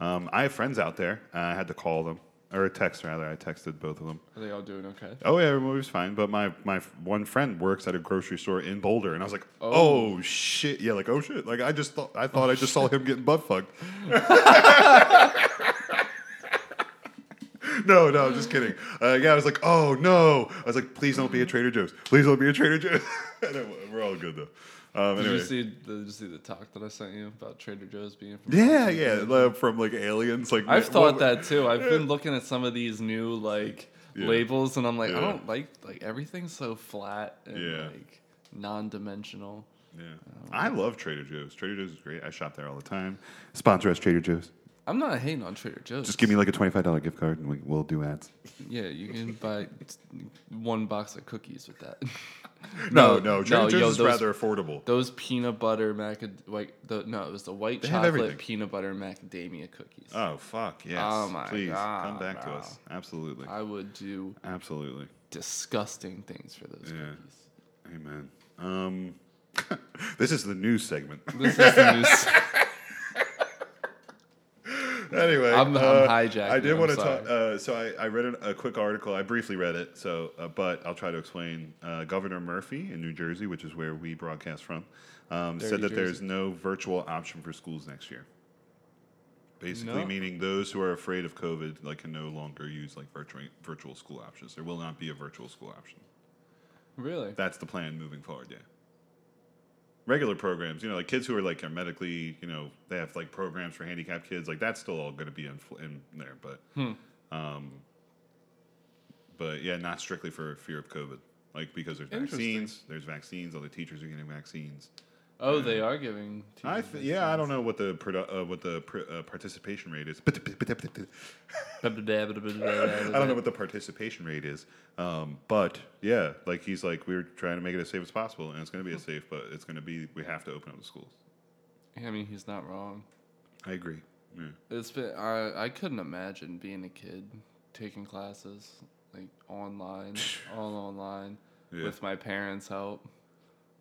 Um, I have friends out there. Uh, I had to call them or text rather. I texted both of them. Are they all doing okay? Oh yeah, everyone was fine. But my my f- one friend works at a grocery store in Boulder, and I was like, oh, shit, yeah, like oh shit, like I just thought I thought I just saw him getting butt fucked. no, no, I'm just kidding. Uh, yeah, I was like, oh no. I was like, please don't be a Trader Joe's. Please don't be a Trader Joe's. And it- We're all good though. Um, Did anyway. you see? The, did you see the talk that I sent you about Trader Joe's being? From Yeah, yeah, like, from like aliens. Like I've what- thought that too. I've been looking at some of these new like Yeah. labels, and I'm like, Yeah. I don't like like everything's so flat and Yeah. like non-dimensional. Yeah, I love Trader Joe's. Trader Joe's is great. I shop there all the time. Sponsor us, Trader Joe's. I'm not hating on Trader Joe's. Just give me like a twenty-five dollar gift card, and we, we'll do ads. Yeah, you can buy one box of cookies with that. No, no, Trader Joe's is rather affordable. Those peanut butter macad like the no, it was the white They have everything. chocolate peanut butter macadamia cookies. Oh fuck yes! Oh my Please god! come back bro. to us. Absolutely. I would do Absolutely. disgusting things for those Yeah. cookies. Amen. Um, this is the news segment. This is the news. anyway, I'm- I'm uh, hijacking I it, did I'm want to sorry. talk. Uh, so I, I read an, a quick article. I briefly read it, so uh, but I'll try to explain. Uh, Governor Murphy in New Jersey, which is where we broadcast from, um, There, said New that there's Jersey. no virtual option for schools next year. Basically, No. meaning those who are afraid of COVID like can no longer use like virtual virtual school options. There will not be a virtual school option. Really? That's the plan moving forward. Yeah. Regular programs, you know, like kids who are like are medically, you know, they have like programs for handicapped kids. Like that's still all going to be in, in there, but, Hmm. um, but yeah, not strictly for fear of COVID. Like because there's Interesting. vaccines, there's vaccines. All the teachers are getting vaccines. Oh, they are giving. I teachers th- yeah, I don't know what the produ- uh, what the pr- uh, participation rate is. I don't know what the participation rate is, um, but yeah, like he's like we were trying to make it as safe as possible, and it's going to be as safe, but it's going to be we have to open up the schools. I mean, he's not wrong. I agree. Yeah. It's been I I couldn't imagine being a kid taking classes like online, all online Yeah. with my parents' help.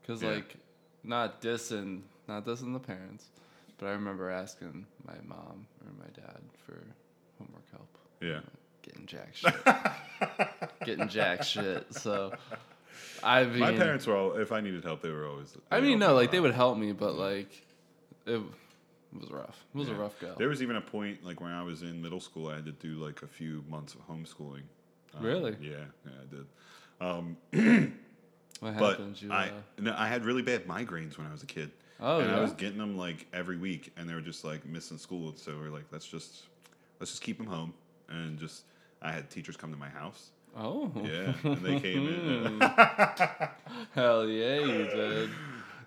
Cause Yeah. like not dissing, not dissing the parents, but I remember asking my mom or my dad for homework help. Yeah. Getting jack shit. Getting jack shit. So I mean, My parents were all if I needed help, they were always. I they mean, all- no, like they would help me, but like it was rough. It was a Yeah. rough go. There was even a point like when I was in middle school, I had to do like a few months of homeschooling. Um, Uh, Really? Yeah, yeah, I did. Um, What but happened? You, I uh, no, I had really bad migraines when I was a kid. Oh, and I yeah? was getting them like every week, and they were just like missing school. So we are like, let's just let's just keep them home, and just I had teachers come to my house. Oh. yeah, and they came in. Hell yeah, you did.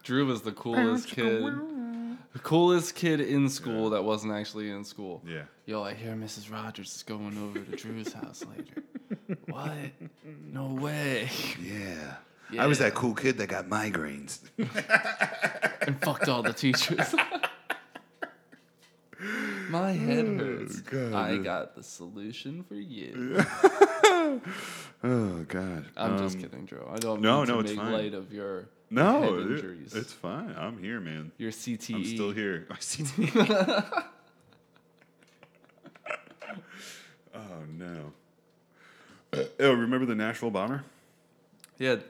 Drew was the coolest kid. The coolest kid in school that wasn't actually in school. Yeah. Yo, I hear Mrs. Rogers is going over to Drew's house later. What? No way. Yeah. Yeah. I was that cool kid that got migraines. and fucked all the teachers. My head hurts. Oh, God, I yeah. got the solution for you. oh God. I'm just Um, kidding, Drew. I don't No, mean to no, it's make fine. light of your No, head it- injuries. it's fine. I'm here, man. Your E. CTE. I'm still here. My CTE. oh no. Oh, remember the Nashville bomber? Yeah. Did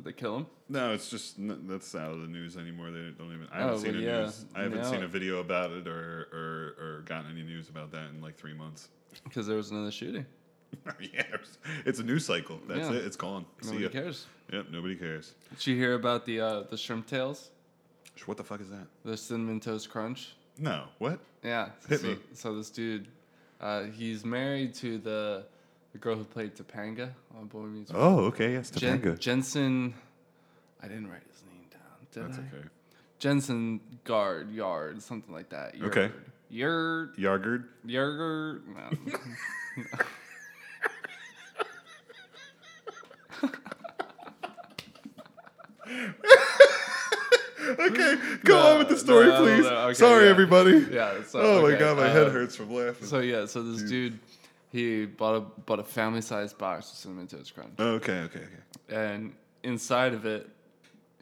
they kill him? No, it's just n- that's out of the news anymore. They don't even. I haven't Oh, seen a well, yeah. news. I haven't Now- seen a video about it or, or or gotten any news about that in like three months. Because there was another shooting. yeah, it's a news cycle. That's Yeah. it. It's gone. Nobody cares. Yep, nobody cares. Did you hear about the uh, the shrimp tails? Sh- What the fuck is that? The cinnamon toast crunch? No, what? Yeah. Hit so, me. so this dude, uh, he's married to the, the girl who played Topanga on Boy Meets World. Oh, okay, yes, Jen- Topanga. Jensen, I didn't write his name down. Did That's I? okay. Jensen Guard Yard, something like that. Yard. Okay. Yard. Yargard. Yarger. No. okay, go on with the story, no, no, please. no, okay, Sorry, yeah. everybody. Yeah. So, oh my okay, god, my head uh, hurts from laughing. So yeah, so this dude, he bought a bought a family sized box of cinnamon toast crunch, okay, okay, okay. and inside of it,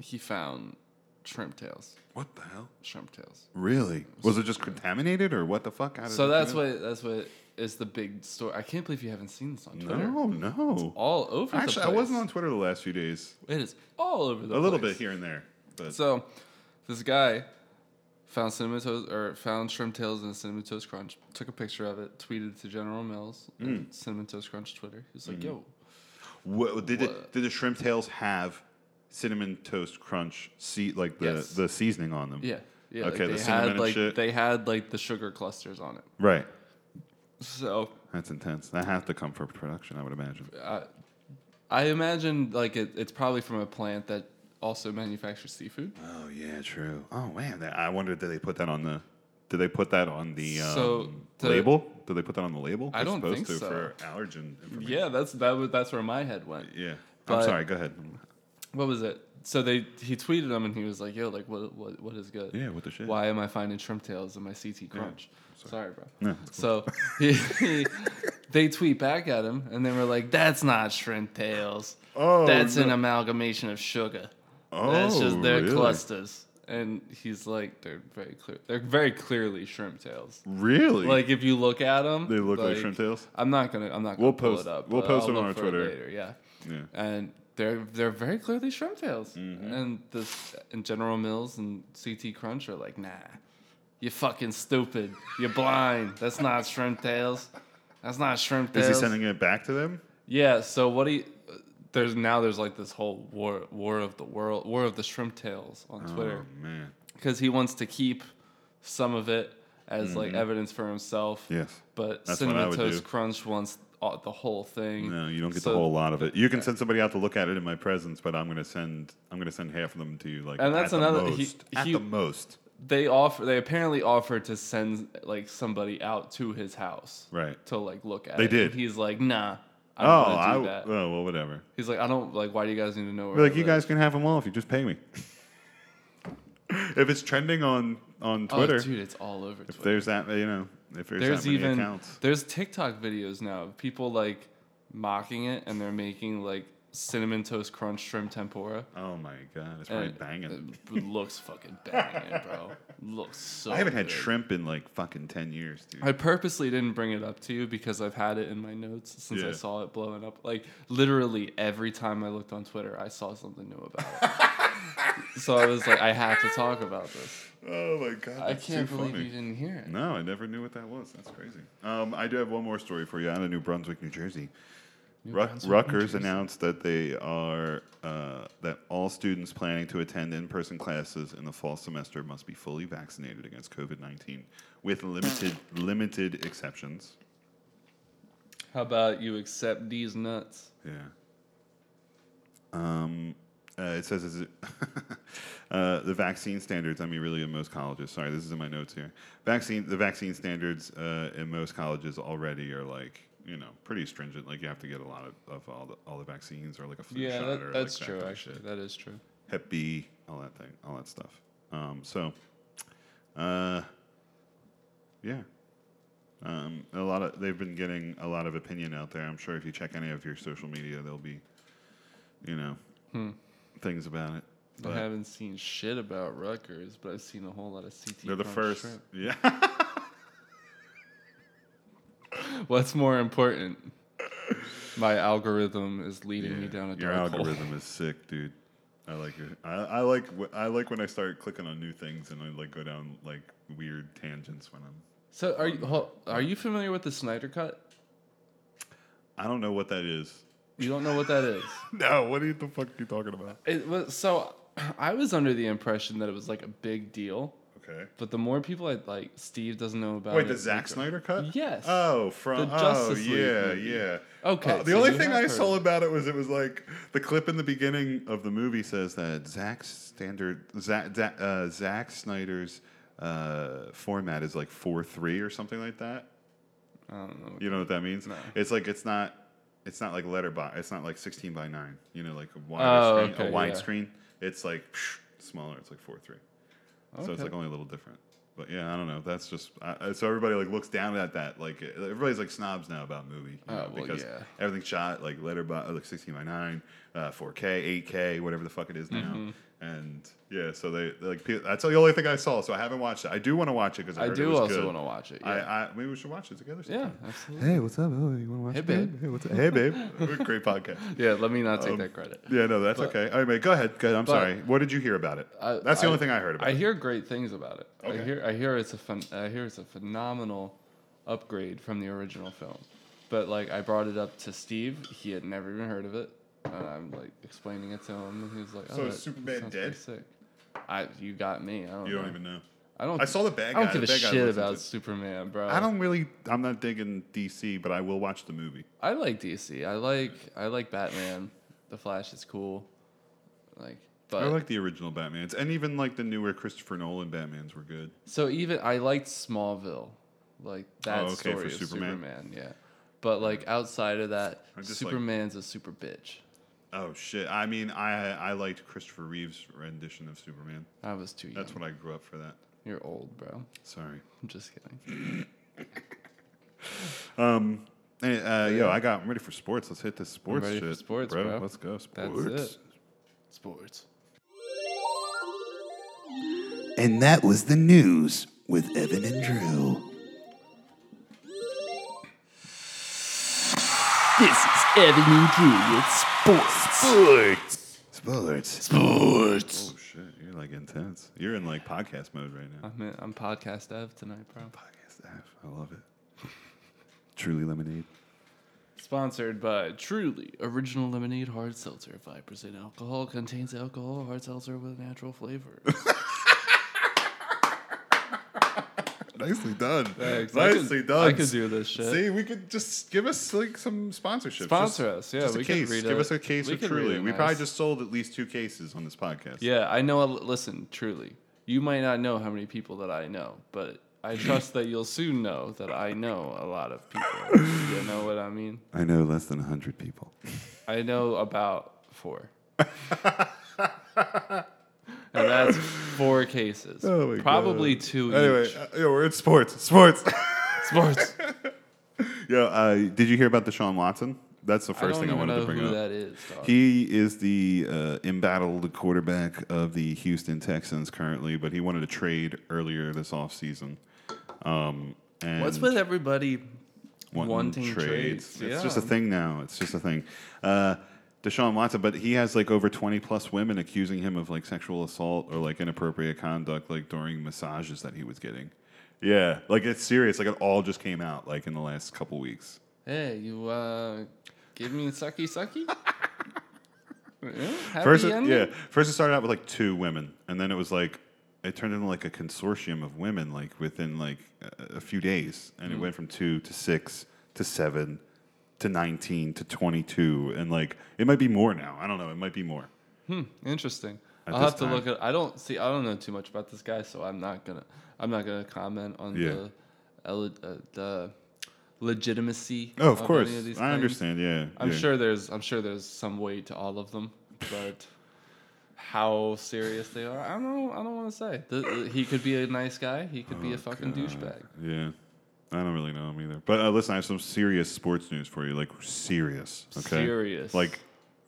he found shrimp tails. What the hell? Shrimp tails. Really? Was it just contaminated or what the fuck? How did So it that's come in? what that's what is the big story. I can't believe you haven't seen this on Twitter. No, no. It's all over. the Actually, I place. wasn't on Twitter the last few days. It is all over the a little place. bit here and there, but So this guy Found cinnamon toast or found shrimp tails in a cinnamon toast crunch. Took a picture of it, tweeted it to General Mills, Hmm. and cinnamon toast crunch Twitter. He was like, Mhm. "Yo, What, did it, did the shrimp tails have cinnamon toast crunch sea, like the, Yes. the seasoning on them? yeah, yeah." like, Okay, the they cinnamon had and like shit. they had like the sugar clusters on it. Right. So That's intense. That has to come from production, I would imagine. I, I imagine like it, it's probably from a plant that also manufactures seafood. Oh yeah, true. Oh man, that- I wonder did they put that on the did they put that on the um, So, the- label? Did they put that on the label? I They're don't supposed think to so. for allergen. information. Yeah, that's that was that's where my head went. Yeah. I'm But- sorry. Go ahead. What was it? So they he tweeted them and he was like, "Yo, like what what what is good? Yeah, what the shit? Why am I finding shrimp tails in my CT crunch? sorry. bro. No, it's So he, he- they tweet back at him and they were like, "That's not shrimp tails. Oh, that's an no. amalgamation of sugar. that's just Oh, their really? clusters." And he's like, "They're very clear. They're very clearly shrimp tails. Really? Like if you look at them, They look like shrimp tails? I'm not gonna. I'm not gonna We'll pull post- it up. we'll but post I'll it on look our for Twitter. later. Yeah. Yeah. Mm-hmm. And they're they're very clearly shrimp tails. And this and General Mills and CT Crunch are like, nah, you fucking stupid. You're blind. That's not shrimp tails. That's not shrimp Is tails. he sending it back to them? Yeah. So what do you? There's now there's like this whole war war of the world war of the shrimp tails on Oh, Twitter. man. Because he wants to keep some of it as like Mhm. evidence for himself. Yes. But That's what I cinnamon would toast do. crunch wants all, the whole thing. No, you don't get So- the whole lot of it. You can send somebody out to look at it in my presence, but I'm gonna send I'm gonna send half of them to you. Like and that's at another the most, he, at he- the most. They offer. They apparently offered to send like somebody out to his house, Right. To like look at. They it. And did. he's like, nah. I oh, don't oh, I do w- that. oh well, whatever. He's like, I don't like. Why do you guys need to know? Where Be I like you live?" guys can have them all if you just pay me. if it's trending on on Oh, Twitter, dude, it's all over If Twitter. there's that, you know, if there's, that many accounts, there's TikTok videos now of people like mocking it and they're making like cinnamon toast crunch shrimp tempura. Oh my god, it's probably Uh, banging. It looks fucking banging, bro. looks so. I haven't had good. shrimp in like fucking ten years, dude. uh, I purposely didn't bring it up to you because I've had it in my notes since I Yeah. saw it blowing up. Like literally every time I looked on Twitter, I saw something new about it. so I was like, I have to talk about this. Oh my god! I that's can't too believe funny. you didn't hear it. No, I never knew what that was. That's crazy. Um, I do have one more story for you out of New Brunswick, New Jersey. New Ruck- Brunswick, New Rutgers Jersey. announced that they are uh, that all students planning to attend in-person classes in the fall semester must be fully vaccinated against COVID-19, with limited limited exceptions. How about you accept these nuts? Yeah. Um, uh, it says is it, uh, the vaccine standards. I mean, really, in most colleges. Sorry, this is in my notes here. Vaccine, the vaccine standards uh, in most colleges already are like you know pretty stringent. Like you have to get a lot of, of all the all the vaccines or like a flu Yeah, shot that- or that's like true, That kind of actually. shit. That is true. Hep B, all that thing, all that stuff. Um, so, uh, yeah. Um, a lot of they've been getting a lot of opinion out there. I'm sure if you check any of your social media, there'll be, you know, Hmm. things about it. I But haven't seen shit about Rutgers, but I've seen a whole lot of CT. they're the crunch first. shrimp. Yeah. What's more important? My algorithm is leading me down a Your dark hole. algorithm is sick, dude. I like your. I, I like. wh- I like when I start clicking on new things and I like go down like weird tangents when I'm. So are you hol- are you familiar with the Snyder Cut? I don't know what that is. You don't know what that is? no. What are you, the fuck are you talking about? It was so I was under the impression that it was like a big deal. Okay. But the more people I like, Steve doesn't know about Wait, it. the Zack Nico- Snyder cut? Yes. Oh, from The Justice oh, League yeah, movie. yeah. Okay, Uh, the so only you thing have I heard saw of about it was it was like the clip in the beginning of the movie says that Zack standard Zack Zack, uh, Zack Snyder's uh, format is like four three or something like that. I don't know. You know what that means? It's like it's not. It's not like letterbox. It's not like sixteen by nine. You know, like a wide Oh, screen. okay, a wide yeah. screen. It's like psh, smaller. It's like four three. So it's Okay. like only a little different. But yeah, I don't know. That's just I, I- so everybody like looks down at that. Like everybody's like snobs now about movie you Oh, know, well, because yeah. uh, everything's shot like letterbox, like sixteen by nine, uh, four K, eight K, whatever the fuck it is now. Mhm. And yeah, so they like pe- that's the only thing I saw. So I haven't watched it. I do want to watch it because I, I heard it do was also good. wanna watch it, I, I maybe we should watch it together. Sometime. Yeah, absolutely. Hey, what's up? Oh, you want to watch? Hey, it, babe. Hey, what's up? Hey, babe. Great podcast. Yeah, let me not take Um, that credit. Yeah, no, that's But- okay. Anyway, go ahead. Go ahead. I'm but- sorry. What did you hear about it? I- that's the only thing I heard about. I it. hear great things about it. I Okay. hear I hear it's a phen I hear it's a phenomenal upgrade from the original film. But like I brought it up to Steve, he had never even heard of it, and I'm like explaining it to him, and he was like, "Oh, So that is Superman sounds pretty dead? Sick. I you got me. I don't. You know. don't even know. I don't. I saw the bad I guy. don't give The a bad guy shit looks about into- Superman, bro. I don't really. I'm not digging DC, but I will watch the movie. I like DC. I like I like Batman. The Flash is cool. Like, but I like the original Batman's, and even like the newer Christopher Nolan Batman's were good. So even I liked Smallville, like that Oh, okay, story for of Superman. Superman. Yeah, but like outside of that, I just like- Superman's a super bitch. Oh shit! I mean, I I liked Christopher Reeve's rendition of Superman. I was too young. That's when I grew up for that. You're old, bro. Sorry. I'm just kidding. Um, and, uh, yo, I got. I'm ready for sports. Let's hit this sports ready for shit, sports, bro. Let's go That's sports. it. Sports. And that was the news with Evan and Drew. This is Evan and Drew with sports. Sports. Sports. Sports. Oh shit! You're like intense. You're in like podcast mode right now. I'm in, I'm podcast Ev tonight, bro. Podcast Ev. I love it. Truly lemonade. Sponsored by Truly Original Lemonade Hard Seltzer. Five percent alcohol. Contains alcohol. Hard seltzer with natural flavor. Nicely done. Thanks. I Nicely could- done. I could do this shit. See, we could just give us like some sponsorships. Sponsor Just- us, yeah, just a we could case. read give it. us a case We of could read Truly. it We probably nice. just sold at least two cases on this podcast. Yeah, I know. Listen, truly, you might not know how many people that I know, but I trust that you'll soon know that I know a lot of people. you know what I mean? I know less than hundred people. I know about four. and that's four cases. Oh my Probably God. two Anyway, each. uh, yeah, we're at sports. Sports. Sports. Yo, uh, did you hear about Deshaun Watson? That's the I first don't thing I even wanted know to bring who up. that is, dog. He is the uh, embattled quarterback of the Houston Texans currently, but he wanted to trade earlier this offseason. Um, and What's with everybody wanting, wanting trades. trades? It's yeah. just a thing now. It's just a thing. Uh, Deshaun Watson, but he has like over twenty plus women accusing him of like sexual assault or like inappropriate conduct, like during massages that he was getting. Yeah, like it's serious. Like it all just came out like in the last couple weeks. Hey, you uh, give me sucky sucky. yeah, happy First, it, ending? yeah. First, it started out with like two women, and then it was like it turned into like a consortium of women, like within like a, a few days, and it Mm. went from two to six to seven to nineteen to twenty-two, and like it might be more now. I don't know. It might be more. Hmm, interesting. At I'll this have to look at. I don't see. I don't know too much about this guy, so I'm not gonna. I'm not gonna comment on Yeah. the ele- uh, the legitimacy. Oh, of any course. these I claims. understand, yeah, I'm yeah. sure there's. I'm sure there's some weight to all of them, but how serious they are, I don't. know. I don't want to say. The, he could be a nice guy. He could be a fucking douchebag. Yeah. I don't really know him either. But uh, listen, I have some serious sports news for you. Like serious. Okay. Serious. Like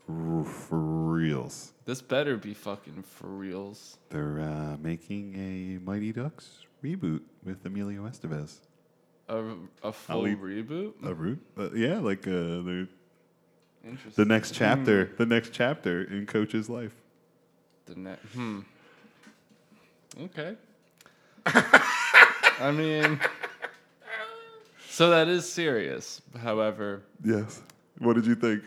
r- for reals. This better be fucking for reals. They're uh, making a Mighty Ducks reboot with Emilio Estevez. A, a full leave- reboot. A root? Uh, yeah, like uh, they're- the Interesting. Hmm. next chapter, the next chapter in Coach's life. The net. Hmm. Okay. I mean, so that is serious. However, Yes. What did you think?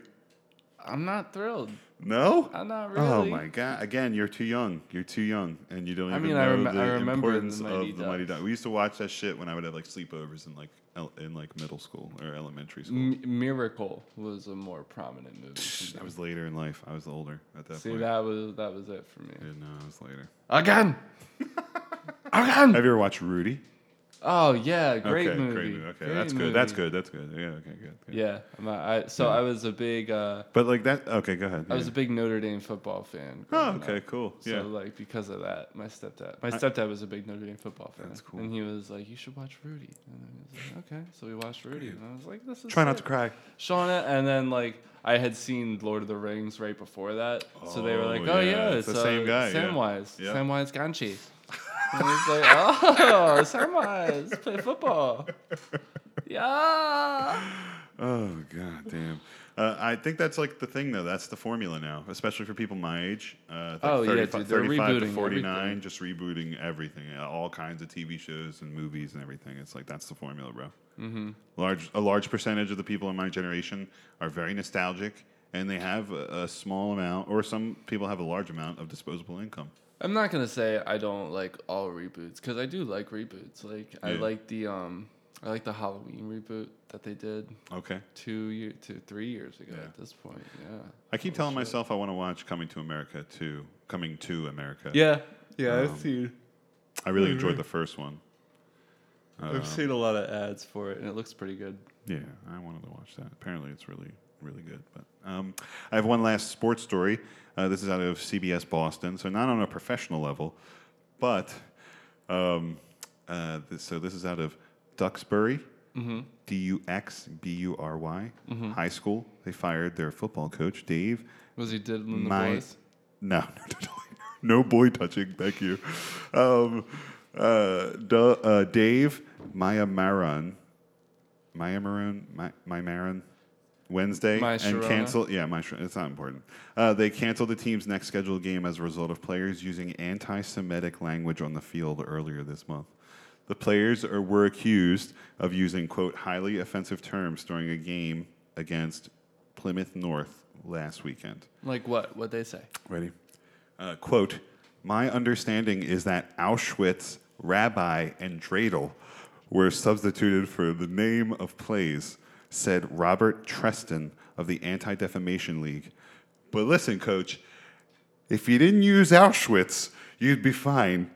I'm not thrilled. No. I'm Uh, not Oh really. my god! Again, you're too young. You're too young, and you don't I even mean, know I rem- the I remember the importance Mighty of the Mighty Ducks. We used to watch that shit when I would have like sleepovers in like el- in like middle school or elementary school. M- Miracle was a more prominent movie. to I me. was later in life. I was older at that See, point. that was that was it for me. Yeah, no, I was later. Again. Have you ever watched Rudy? Oh yeah, great okay, movie. Great movie. Okay, Great that's good. That's movie. good. That's good. Yeah. Okay. Good. good. Yeah, I'm a- I- so Yeah. I was a big. Uh, But like that. Okay. Go ahead. I was yeah. a big Notre Dame football Oh, fan. growing okay, up. cool. Yeah. So like because of that, my stepdad, my I- stepdad was a big Notre Dame football fan. That's cool. And he was like, "You should watch Rudy." And I was like, "Okay." So we watched Rudy, and I was like, "This is." Try not sick." to cry. Shauna, and then like I had seen Lord of the Rings right before that, so they were Oh, like, "Oh yeah, yeah, it's the same guy, yeah. Samwise, Yeah. Samwise Ganchi." and it's like, "Oh, Samwise, play football." Yeah. Oh god damn. Uh, I think that's like the thing though. That's the formula now, especially for people my age. Uh, like Oh, yeah, 35 dude, they're 35 to rebooting 49, just rebooting everything, uh, all kinds of TV shows and movies and everything. It's like that's the formula, bro. Mhm. Large, a large percentage of the people in my generation are very nostalgic, and they have a, a small amount, or some people have a large amount of disposable income. I'm not gonna say I don't like all reboots because I do like reboots. Like I Yeah. like the um, I like the Halloween reboot that they did. Okay. Two year, two three years ago at this point. Yeah. I keep telling myself I want to watch Coming to America too. Coming to America. Yeah. Yeah, I've Um, seen- I really Mhm. enjoyed the first one. Uh, I've seen a lot of ads for it, and it looks pretty good. Yeah, I wanted to watch that. Apparently, it's really, really good. But um, I have one last sports story. Uh, this is out of CBS Boston, so not on a professional level, but um, uh, this, so this is out of Duxbury, Mhm. D U X B U R Y Mhm. High School. They fired their football coach, Dave. Was he did in the My- boys? No, no, no, no, no boy touching. Thank you. Um, uh, Du- uh, Dave Maya Maron, Maya Maron, My, My Maron, Wednesday, Maya and Sharona? cancel. Yeah, my Shar- it's not important. Uh, they canceled the team's next scheduled game as a result of players using anti-Semitic language on the field earlier this month. The players are, were accused of using quote highly offensive terms during a game against Plymouth North last weekend. Like what? What they say? Ready? Uh, quote, my understanding is that Auschwitz, Rabbi, and Dreidel were substituted for the name of plays, said Robert Treston of the Anti Defamation League. But listen, coach, if you didn't use Auschwitz, you'd be fine.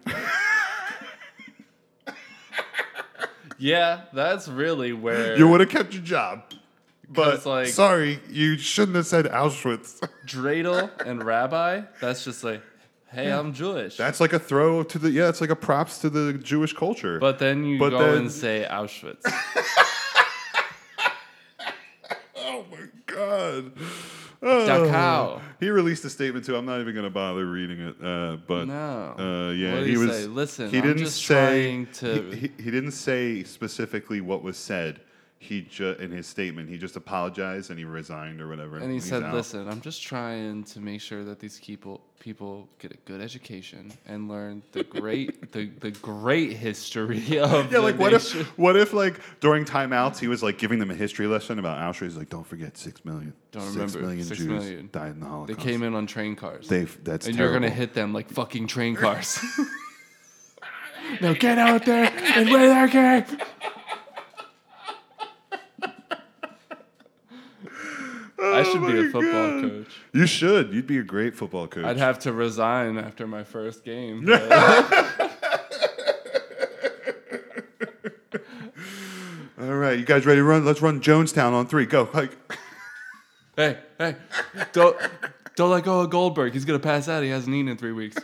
Yeah, that's really where You would have kept your job. But 'Cause, like- sorry, you shouldn't have said Auschwitz. dreidel and rabbi. That's just like, hey, I'm Jewish. That's like a throw to the, yeah, it's like a props to the Jewish culture. But then you But go then- and say Auschwitz. Oh my god. Dachau. Oh. He released a statement too. I'm not even going to bother reading it. Uh, but No. uh, yeah, What did he, he was. say? Listen, he I'm didn't just say. trying to- He, he, he didn't say specifically what was said. He ju- in his statement, he just apologized and he resigned or whatever. And he he's said, out. "Listen, I'm just trying to make sure that these people people get a good education and learn the great the, the great history of Yeah, the like what nation." if what if like during timeouts he was like giving them a history lesson about Auschwitz? He's like, don't forget six million. don't six remember million six Jews million. died in the Holocaust. They came in on train cars. They've- that's and you're gonna terrible. hit them like fucking train cars. Now get out there and win our game. I should be Oh my a football God. coach. You should. You'd be a great football coach. I'd have to resign after my first game. but- All right, you guys ready to run? Let's run Jonestown on three. Go. Like, hey, hey, don't don't let go of Goldberg. He's gonna pass out. He hasn't eaten in three weeks.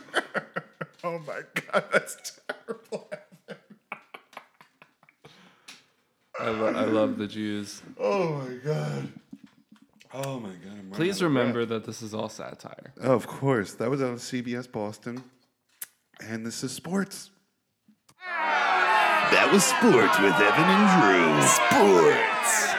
oh my god, that's terrible. I, lo- I love the Jews. Oh my god. Oh my god. I'm Please running out of remember that this is all satire. breath. Of course, that was out of CBS Boston, and this is sports. That was sports with Evan and Drew. Sports.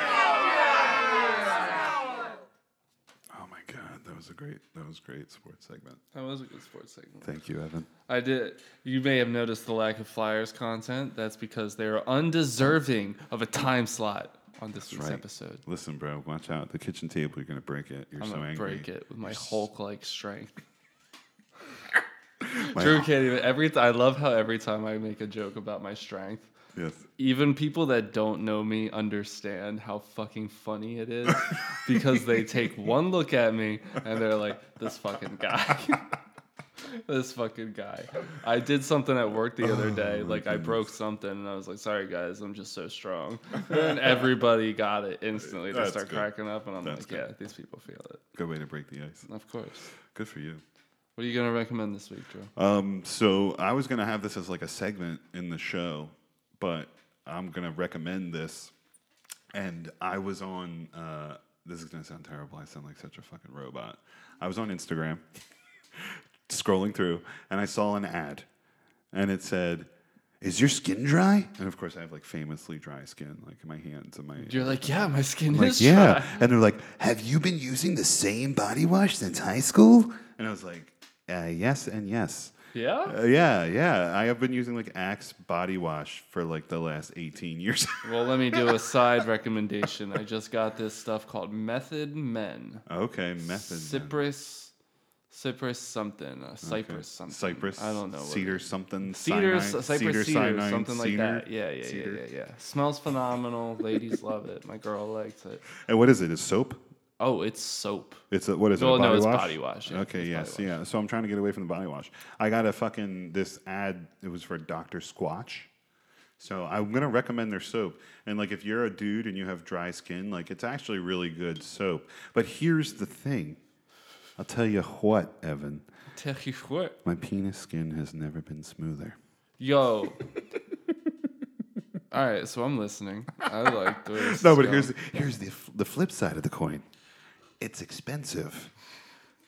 Oh my god, that was a great, that was a great sports segment. That was a good sports segment. Thank you, Evan. I did. You may have noticed the lack of Flyers content. That's because they are undeserving of a time slot on this week's right. episode. Listen, bro, watch out. The kitchen table, you're gonna break it. You're I'm so gonna angry. break it with my Hulk-like strength. My- Drew can't even. Every I love how every time I make a joke about my strength, Yes. even people that don't know me understand how fucking funny it is because they take one look at me and they're like, "This fucking guy." this fucking guy. I did something at work the Oh other day. like I broke something, and I was like, "Sorry guys, I'm just so strong." And everybody got it instantly. They That's start good. cracking up, and I'm That's like, good. "Yeah, these people feel it." Good way to break the ice. Of course. Good for you. What are you gonna recommend this week, Joe? Um, so I was gonna have this as like a segment in the show, but I'm gonna recommend this. And I was on. Uh, this is gonna sound terrible. I sound like such a fucking robot. I was on Instagram, scrolling through, and I saw an ad, and it said. Is your skin dry? And of course, I have like famously dry skin, like my hands and my. You're like, "Yeah, my skin I'm like, is yeah. dry." And they're like, have you been using the same body wash since high school? And I was like, uh, yes and yes. Yeah? Uh, yeah, yeah. I have been using like Axe body wash for like the last 18 years. Well, let me do a side recommendation. I just got this stuff called Method Men. okay, method. then. Cypress, Cypress something, uh, Cypress Okay. something. Cypress. I don't know. what Cedar it is. something. Cedar, cyanide, Cypress cedar, cyanide, something like cedar, that. Yeah, yeah, cedar. yeah, yeah, yeah. Smells phenomenal. Ladies love it. My girl likes it. And what is it? It's soap? Oh, it's soap. It's a, what is it? a Well, no, body it's wash? body wash, yeah. okay, yes, yeah. So I'm trying to get away from the body wash. I got a fucking this ad. It was for Doctor Squatch. So I'm gonna recommend their soap. And like, if you're a dude and you have dry skin, like it's actually really good soap. But here's the thing. I'll tell you what, Evan. Tell you what. My penis skin has never been smoother. Yo. All right, so I'm listening. I like this. No, but here's the, here's the f- the flip side of the coin. It's expensive.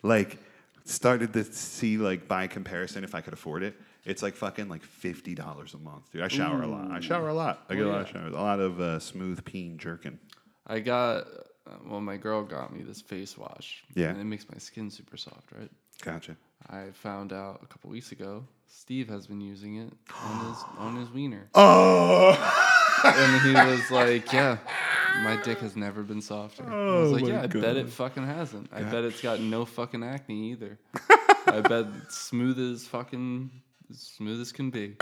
Like started to see like by comparison if I could afford it. It's like fucking like fifty dollars a month, dude. I shower a lot. I shower a lot. I get a lot of showers. A lot of uh, smooth peen jerkin. I got uh, well, my girl got me this face wash. Yeah. and it makes my skin super soft, right? Gotcha. I found out a couple weeks ago. Steve has been using it on his on his wiener. Oh. and he was like, "Yeah, my dick has never been softer." And I was Oh like, my "Yeah, I bet it God. fucking hasn't. I Yeah. bet it's got no fucking acne either. I bet it's smooth as fucking smooth as can be.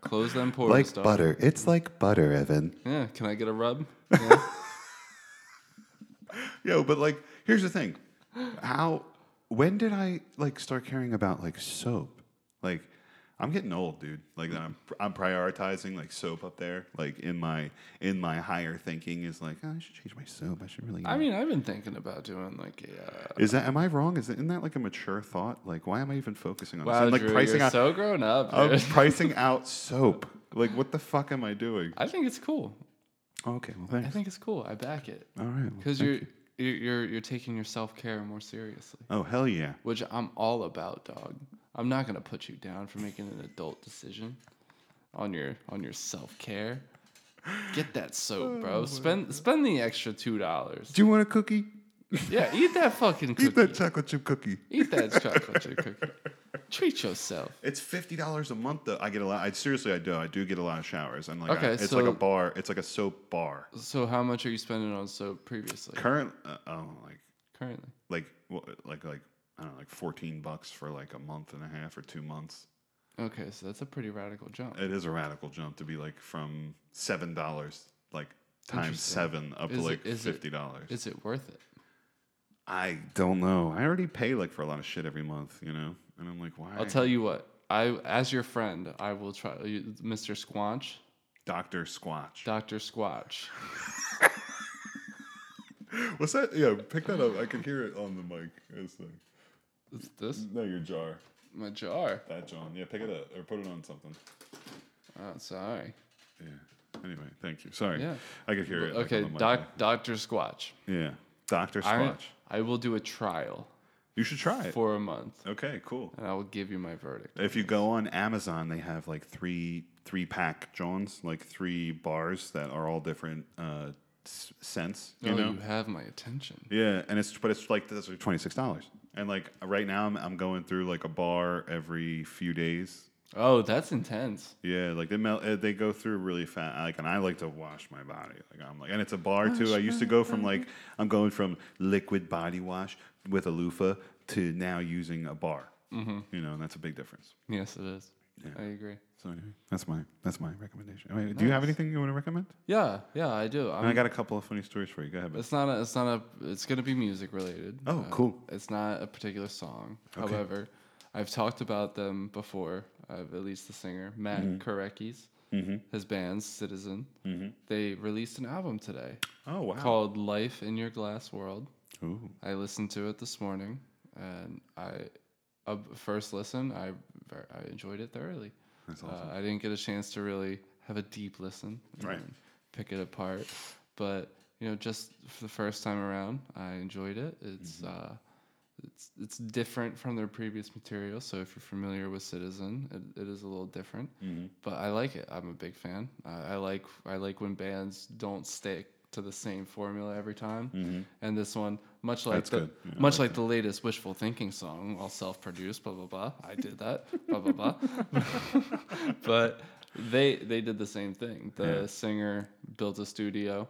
Close them pores, like dog. butter. It's like butter, Evan. Yeah, can I get a rub? Yeah. Yo, but like, here's the thing. How, when did I like start caring about like soap? Like, I'm getting old, dude. Like, I'm, I'm prioritizing like soap up there. Like in my in my higher thinking is like, oh, I should change my soap. I should really. I mean, I've been thinking about doing like a. Uh, is that am I wrong? Is that, isn't that like a mature thought? Like, why am I even focusing on Oh. this? wow, I'm like Drew, you're so grown up. I'm dude. pricing out soap. Like, what the fuck am I doing? I think it's cool. Okay, well, I thanks. think it's cool. I back it. All right, well, Because thank you're, you're you're you're taking your self care more seriously. Oh hell yeah! which I'm all about, dog. I'm not gonna put you down for making an adult decision on your on your self care. Get that Oh soap, bro. Spend spend the extra two dollars. Do you want a cookie? Yeah, eat that fucking cookie. Eat that chocolate chip cookie. Eat that chocolate chip cookie. Treat yourself. It's fifty dollars a month though. I get a lot. I seriously, I do. I do get a lot of showers. And like, I- Okay, it's so- like a bar. It's like a soap bar. So how much are you spending on soap previously? Current, uh, oh, like, Currently. like, wha- like, like, I don't know, like fourteen bucks for like a month and a half or two months. Okay, so that's a pretty radical jump. It is a radical jump to be like from seven dollars, like times Interesting. seven, up Is to it- like is it- fifty dollars. Is it worth it? I don't know. I already pay like for a lot of shit every month, you know. And I'm like, why? I'll tell you what. I as your friend, I will try you- Mr. Squanch, Doctor Squatch. Dr. Squatch. What's that? Yeah, pick that up. I can hear it on the mic. It's like, It's this no, your jar. my jar. That John. Yeah, pick it up or put it on something. Oh, sorry. Yeah. Anyway, thank you. Sorry. Yeah. I could hear it. like, Okay, on the mic. doc, Dr. Squatch. Yeah. Dr. I, Squatch. I will do a trial You should try it. for a month Okay, cool. and I will give you my verdict. If you go on Amazon, they have like three three pack Johns, like three bars that are all different uh, s- scents. You oh, know, you have my attention. Yeah, and it's but it's like that's like twenty six dollars. And like right now, I'm, I'm going through like a bar every few days. Oh, that's intense. Yeah, like they mel- uh, they go through really fast. Like, and I like to wash my body. Like I'm like, and it's a bar too. I used to go from like I'm going from liquid body wash with a loofah to now using a bar. Mm-hmm. You know, and that's a big difference. Yes, it is. I agree. So anyway, that's my that's my recommendation. I mean, Do you have anything you want to recommend? Yeah, yeah, I do. I, I, mean, I got a couple of funny stories for you. Go ahead. bud. it's not a, it's not a, it's gonna be music related. Oh, cool. It's not a particular song. Okay. However, I've talked about them before. I've released the singer Matt Mhm. Korecki's, Mhm. his band Citizen. Mhm. They released an album today. Oh, wow. Called Life in Your Glass World. Ooh. I listened to it this morning, and I uh, first listen, I ver- I enjoyed it thoroughly. That's Uh, awesome. I didn't get a chance to really have a deep listen, and Right. Pick it apart, but you know, just for the first time around, I enjoyed it. It's Mm-hmm. uh, it's it's different from their previous material. So if you're familiar with Citizen, it, it is a little different, Mhm. but I like it. I'm a big fan. I, I like I like when bands don't stick to the same formula every time. Mhm. And this one, much like That's the, good. Yeah, I much like like the latest wishful thinking song, all self-produced, blah blah blah. I did that, blah blah blah. but they they did the same thing. The Yeah. singer built a studio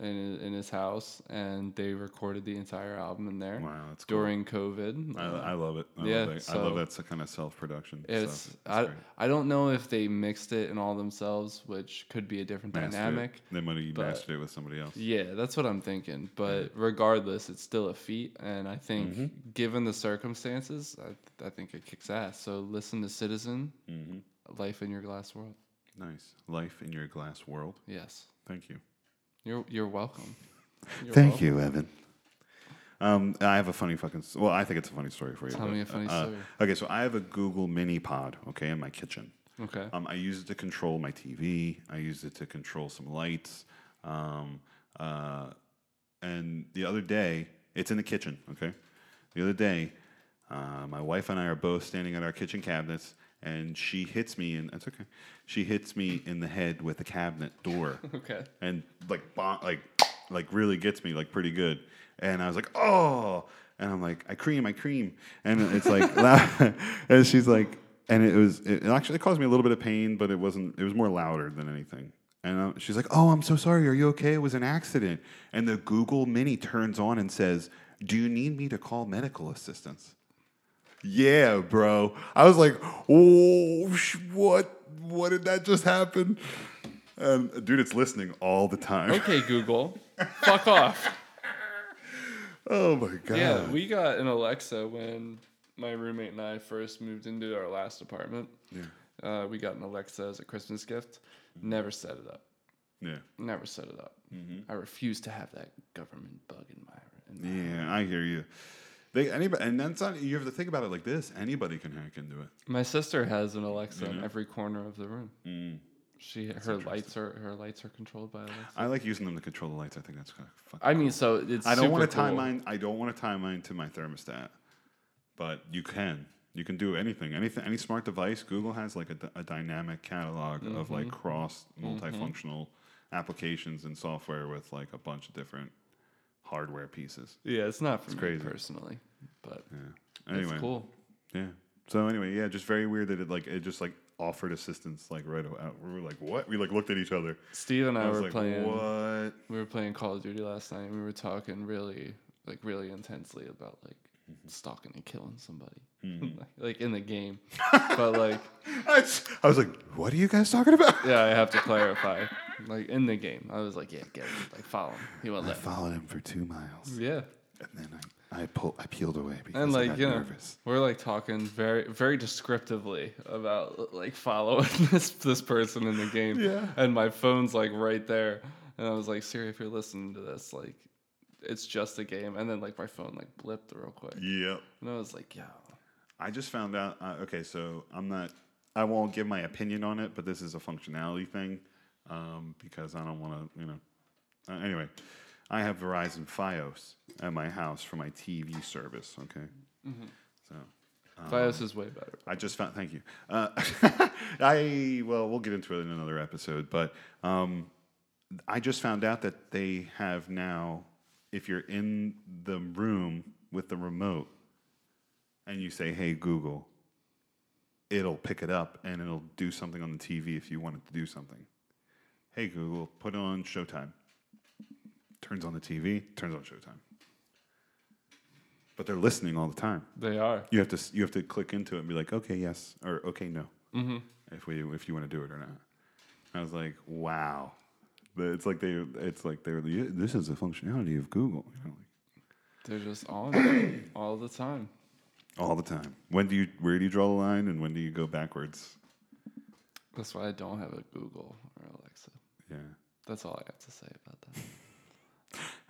in in his house, and they recorded the entire album in there. Wow, that's cool. during COVID. I, Uh, I love it. I yeah, love that. I so- love that kind of self production. it's I, I don't know if they mixed it in all themselves, which could be a different Mastered it. dynamic. They might have but- mastered it with somebody else. Yeah, that's what I'm thinking. But regardless, it's still a feat, and I think Mhm. given the circumstances, I, I think it kicks ass. So listen to Citizen, Life in Your Glass World. Nice. Life in your glass world. Yes. Thank you. You're you're welcome. You're Thank welcome. you, Evan. Um, I have a funny fucking. s- Well, I think it's a funny story for you. uh, Tell me a funny story. Okay, so I have a Google Mini Pod. Okay, in my kitchen. Okay. Um, I use it to control my TV. I use it to control some lights. Um, uh, and the other day, it's in the kitchen. Okay. The other day, uh, my wife and I are both standing at our kitchen cabinets, and she hits me, and that's okay. She hits me in the head with the cabinet door. Okay. and like bon- like like really gets me like pretty good. And I was like, oh, and I'm like, I cream, I cream, and it's like, loud. and she's like, and it was it it actually caused me a little bit of pain, but it wasn't. It was more louder than anything. And uh, she's like, oh, I'm so sorry. Are you okay? It was an accident. And the Google Mini turns on and says, do you need me to call medical assistance? Yeah, bro. I was like, oh, sh- what? What did that just happen? Um, dude, it's listening all the time. Okay, Google, fuck off. Oh my god. Yeah, we got an Alexa when my roommate and I first moved into our last apartment. Yeah. Uh, we got an Alexa as a Christmas gift. Never set it up. Yeah. Never set it up. Mm-hmm. I refuse to have that government bug in my. In my yeah, I hear you. They anybody, and that's not. You have to think about it like this. Anybody can hack into it. My sister has an Alexa You in know? every corner of the room. Mm-hmm. Mm. She her lights are her lights are controlled by Alexa. I like using them to control the lights. I think that's kind of fun. I mean, so it's I don't super want to tie cool. mine. I don't want to tie mine to my thermostat, but you can. You can do anything. Anything. Any smart device. Google has like a, d- a dynamic catalog of like Mhm. cross Mhm. multifunctional applications and software with like a bunch of different hardware pieces. Yeah, it's not for It's me crazy. personally, but Yeah. it's Anyway. cool. Yeah. So anyway, yeah, just very weird that it like it just like offered assistance like right out. We were like, what? We like looked at each other. Steve and I, was were like, playing. What? We were playing Call of Duty last night, and we were talking really, like, really intensely about like Mm-hmm. stalking and killing somebody, Mhm. like, in the game. but like, I was like, what are you guys talking about? yeah, I have to clarify. Like in the game, I was like, yeah, get him, like follow him. He went I left. followed him for two miles. Yeah. And then I I pull I peeled away because and I like got you know, nervous. we're like talking very, very descriptively about like following this this person in the game. Yeah. And my phone's like right there, and I was like, Siri, if you're listening to this, like, it's just a game. And then like my phone like blipped real quick, Yep. and I was like, yo, I just found out. Uh, okay, so I'm not. I won't give my opinion on it, but this is a functionality thing um, because I don't want to. You know. Uh, anyway, I have Verizon FiOS at my house for my TV service. Okay. Mhm. So. um, Fios is way better. I just found. Thank you. Uh, I well, we'll get into it in another episode, but um, I just found out that they have now. If you're in the room with the remote, and you say, "Hey Google," it'll pick it up and it'll do something on the TV if you want it to do something. Hey Google, put on Showtime. Turns on the TV. Turns on Showtime. But they're listening all the time. They are. You have to s- you have to click into it and be like, okay, yes, or okay, no, Mhm. if we if you want to do it or not. I was like, wow, But it's like they it's like they're "Yeah, this is the functionality of Google. You know, like, They're just on all the time. all the time. When do you where do you draw the line and when do you go backwards? That's why I don't have a Google or Alexa. Yeah. That's all I have to say about that.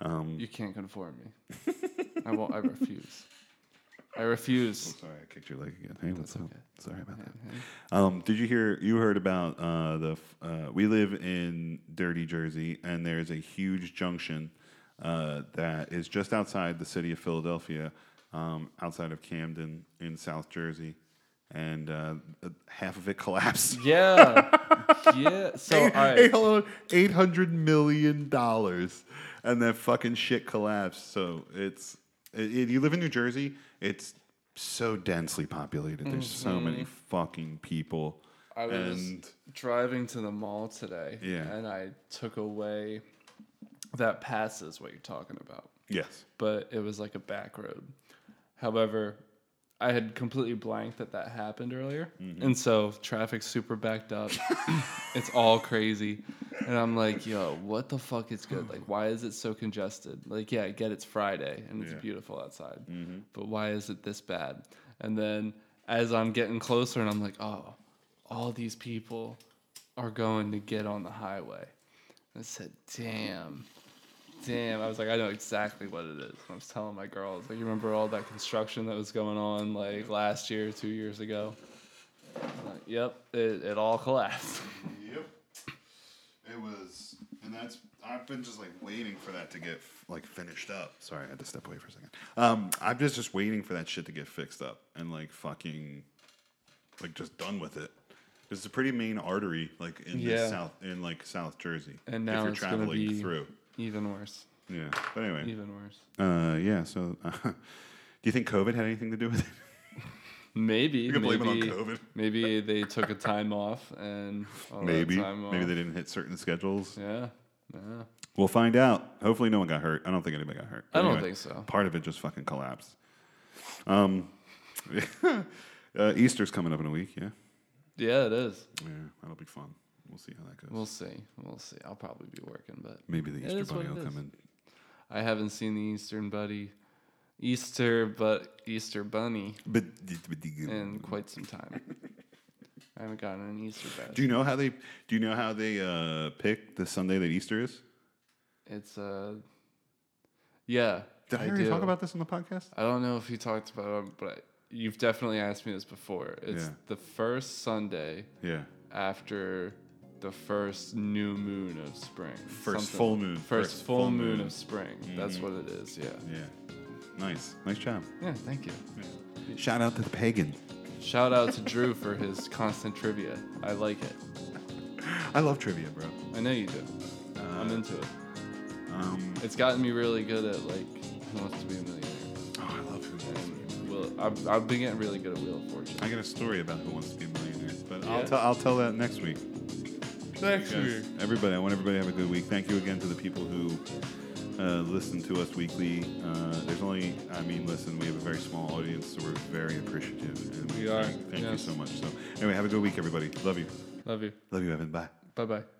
Um, you can't conform me. I won't. I refuse. I refuse. sorry, I kicked your leg again. Hey, what's up? Sorry about that. Um, did you hear? You heard about uh, the? f- Uh, we live in dirty Jersey, and there's a huge junction uh, that is just outside the city of Philadelphia, um, outside of Camden in South Jersey, and uh, uh, half of it collapsed. Yeah, yeah. So all right. eight hundred million dollars, and that fucking shit collapsed. So it's if you live in New Jersey, it's so densely populated. There's so many Mhm. fucking people, I was and driving to the mall today, Yeah. and I took away that passes what you're talking about. Yes. but it was like a back road. However, I had completely blanked that that happened earlier, Mhm. and so traffic's super backed up. it's all crazy, and I'm like, yo, what the fuck is good? Like, why is it so congested? Like, yeah, I get it's Friday and it's Yeah. beautiful outside, Mhm. but why is it this bad? And then as I'm getting closer, and I'm like, oh, all these people are going to get on the highway. I said, damn. Damn. I was like, I know exactly what it is. I was telling my girls, like, you remember all that construction that was going on like last year, two years ago? I'm like, yep, it, it all collapsed. Yep. It was, and that's. I've been just like waiting for that to get like finished up. Sorry, I had to step away for a second. Um, I'm just just waiting for that shit to get fixed up and like fucking, like just done with it. It's a pretty main artery, like in Yeah. the south, in like South Jersey. And now if you're it's gonna traveling be through, even worse. yeah. But anyway, Even worse. Uh, yeah. So, do you think COVID had anything to do with it? Maybe. You can blame it on maybe, COVID. Maybe they took a time off and all that maybe. time Maybe off. they didn't hit certain schedules. Yeah. Yeah. We'll find out. Hopefully, no one got hurt. I don't think anybody got hurt. I don't think so. Part of it just fucking collapsed. Um, uh, Easter's coming up in a week. Yeah, Yeah, it is. yeah, that'll be fun. We'll see how that goes. We'll see. We'll see. I'll probably be working, but Maybe the it Easter is what Bunny it will is. come in. I haven't seen the Eastern Buddy, Easter but Easter Bunny, but in quite some time. I haven't gotten an Easter basket. Do you know how they? Do you know how they uh, pick the Sunday that Easter is? It's uh, yeah. Did I hear you talk do. about this on the podcast? I don't know if you talked about it, but you've definitely asked me this before. It's Yeah. the first Sunday. Yeah. After the first new moon of spring. First full moon. First, First full, full moon, moon. of spring. That's Mhm. what it is. Yeah. Yeah. Nice. Nice job. Yeah. Thank you. Shout out to the pagan. Shout out to Drew for his constant trivia. I like it. I love trivia, bro. I know you do. I'm into it. it's gotten me really good at like Who Wants to Be a Millionaire. Oh, I love Who Wants to Be a Millionaire. I've, I've been getting really good at Wheel of Fortune. I got a story about Who Wants to Be a Millionaire, but I'll Yeah. tell. I'll tell that next week. Next Guys, week. Everybody, I want everybody to have a good week. Thank you again to the people who uh, listen to us weekly. Uh, there's only, I mean, listen, we have a very small audience, so we're very appreciative. And We are, Thank, thank yes. you so much. So, anyway, have a good week, everybody. Love you. Love you. Love you, Evan. Bye. Bye bye.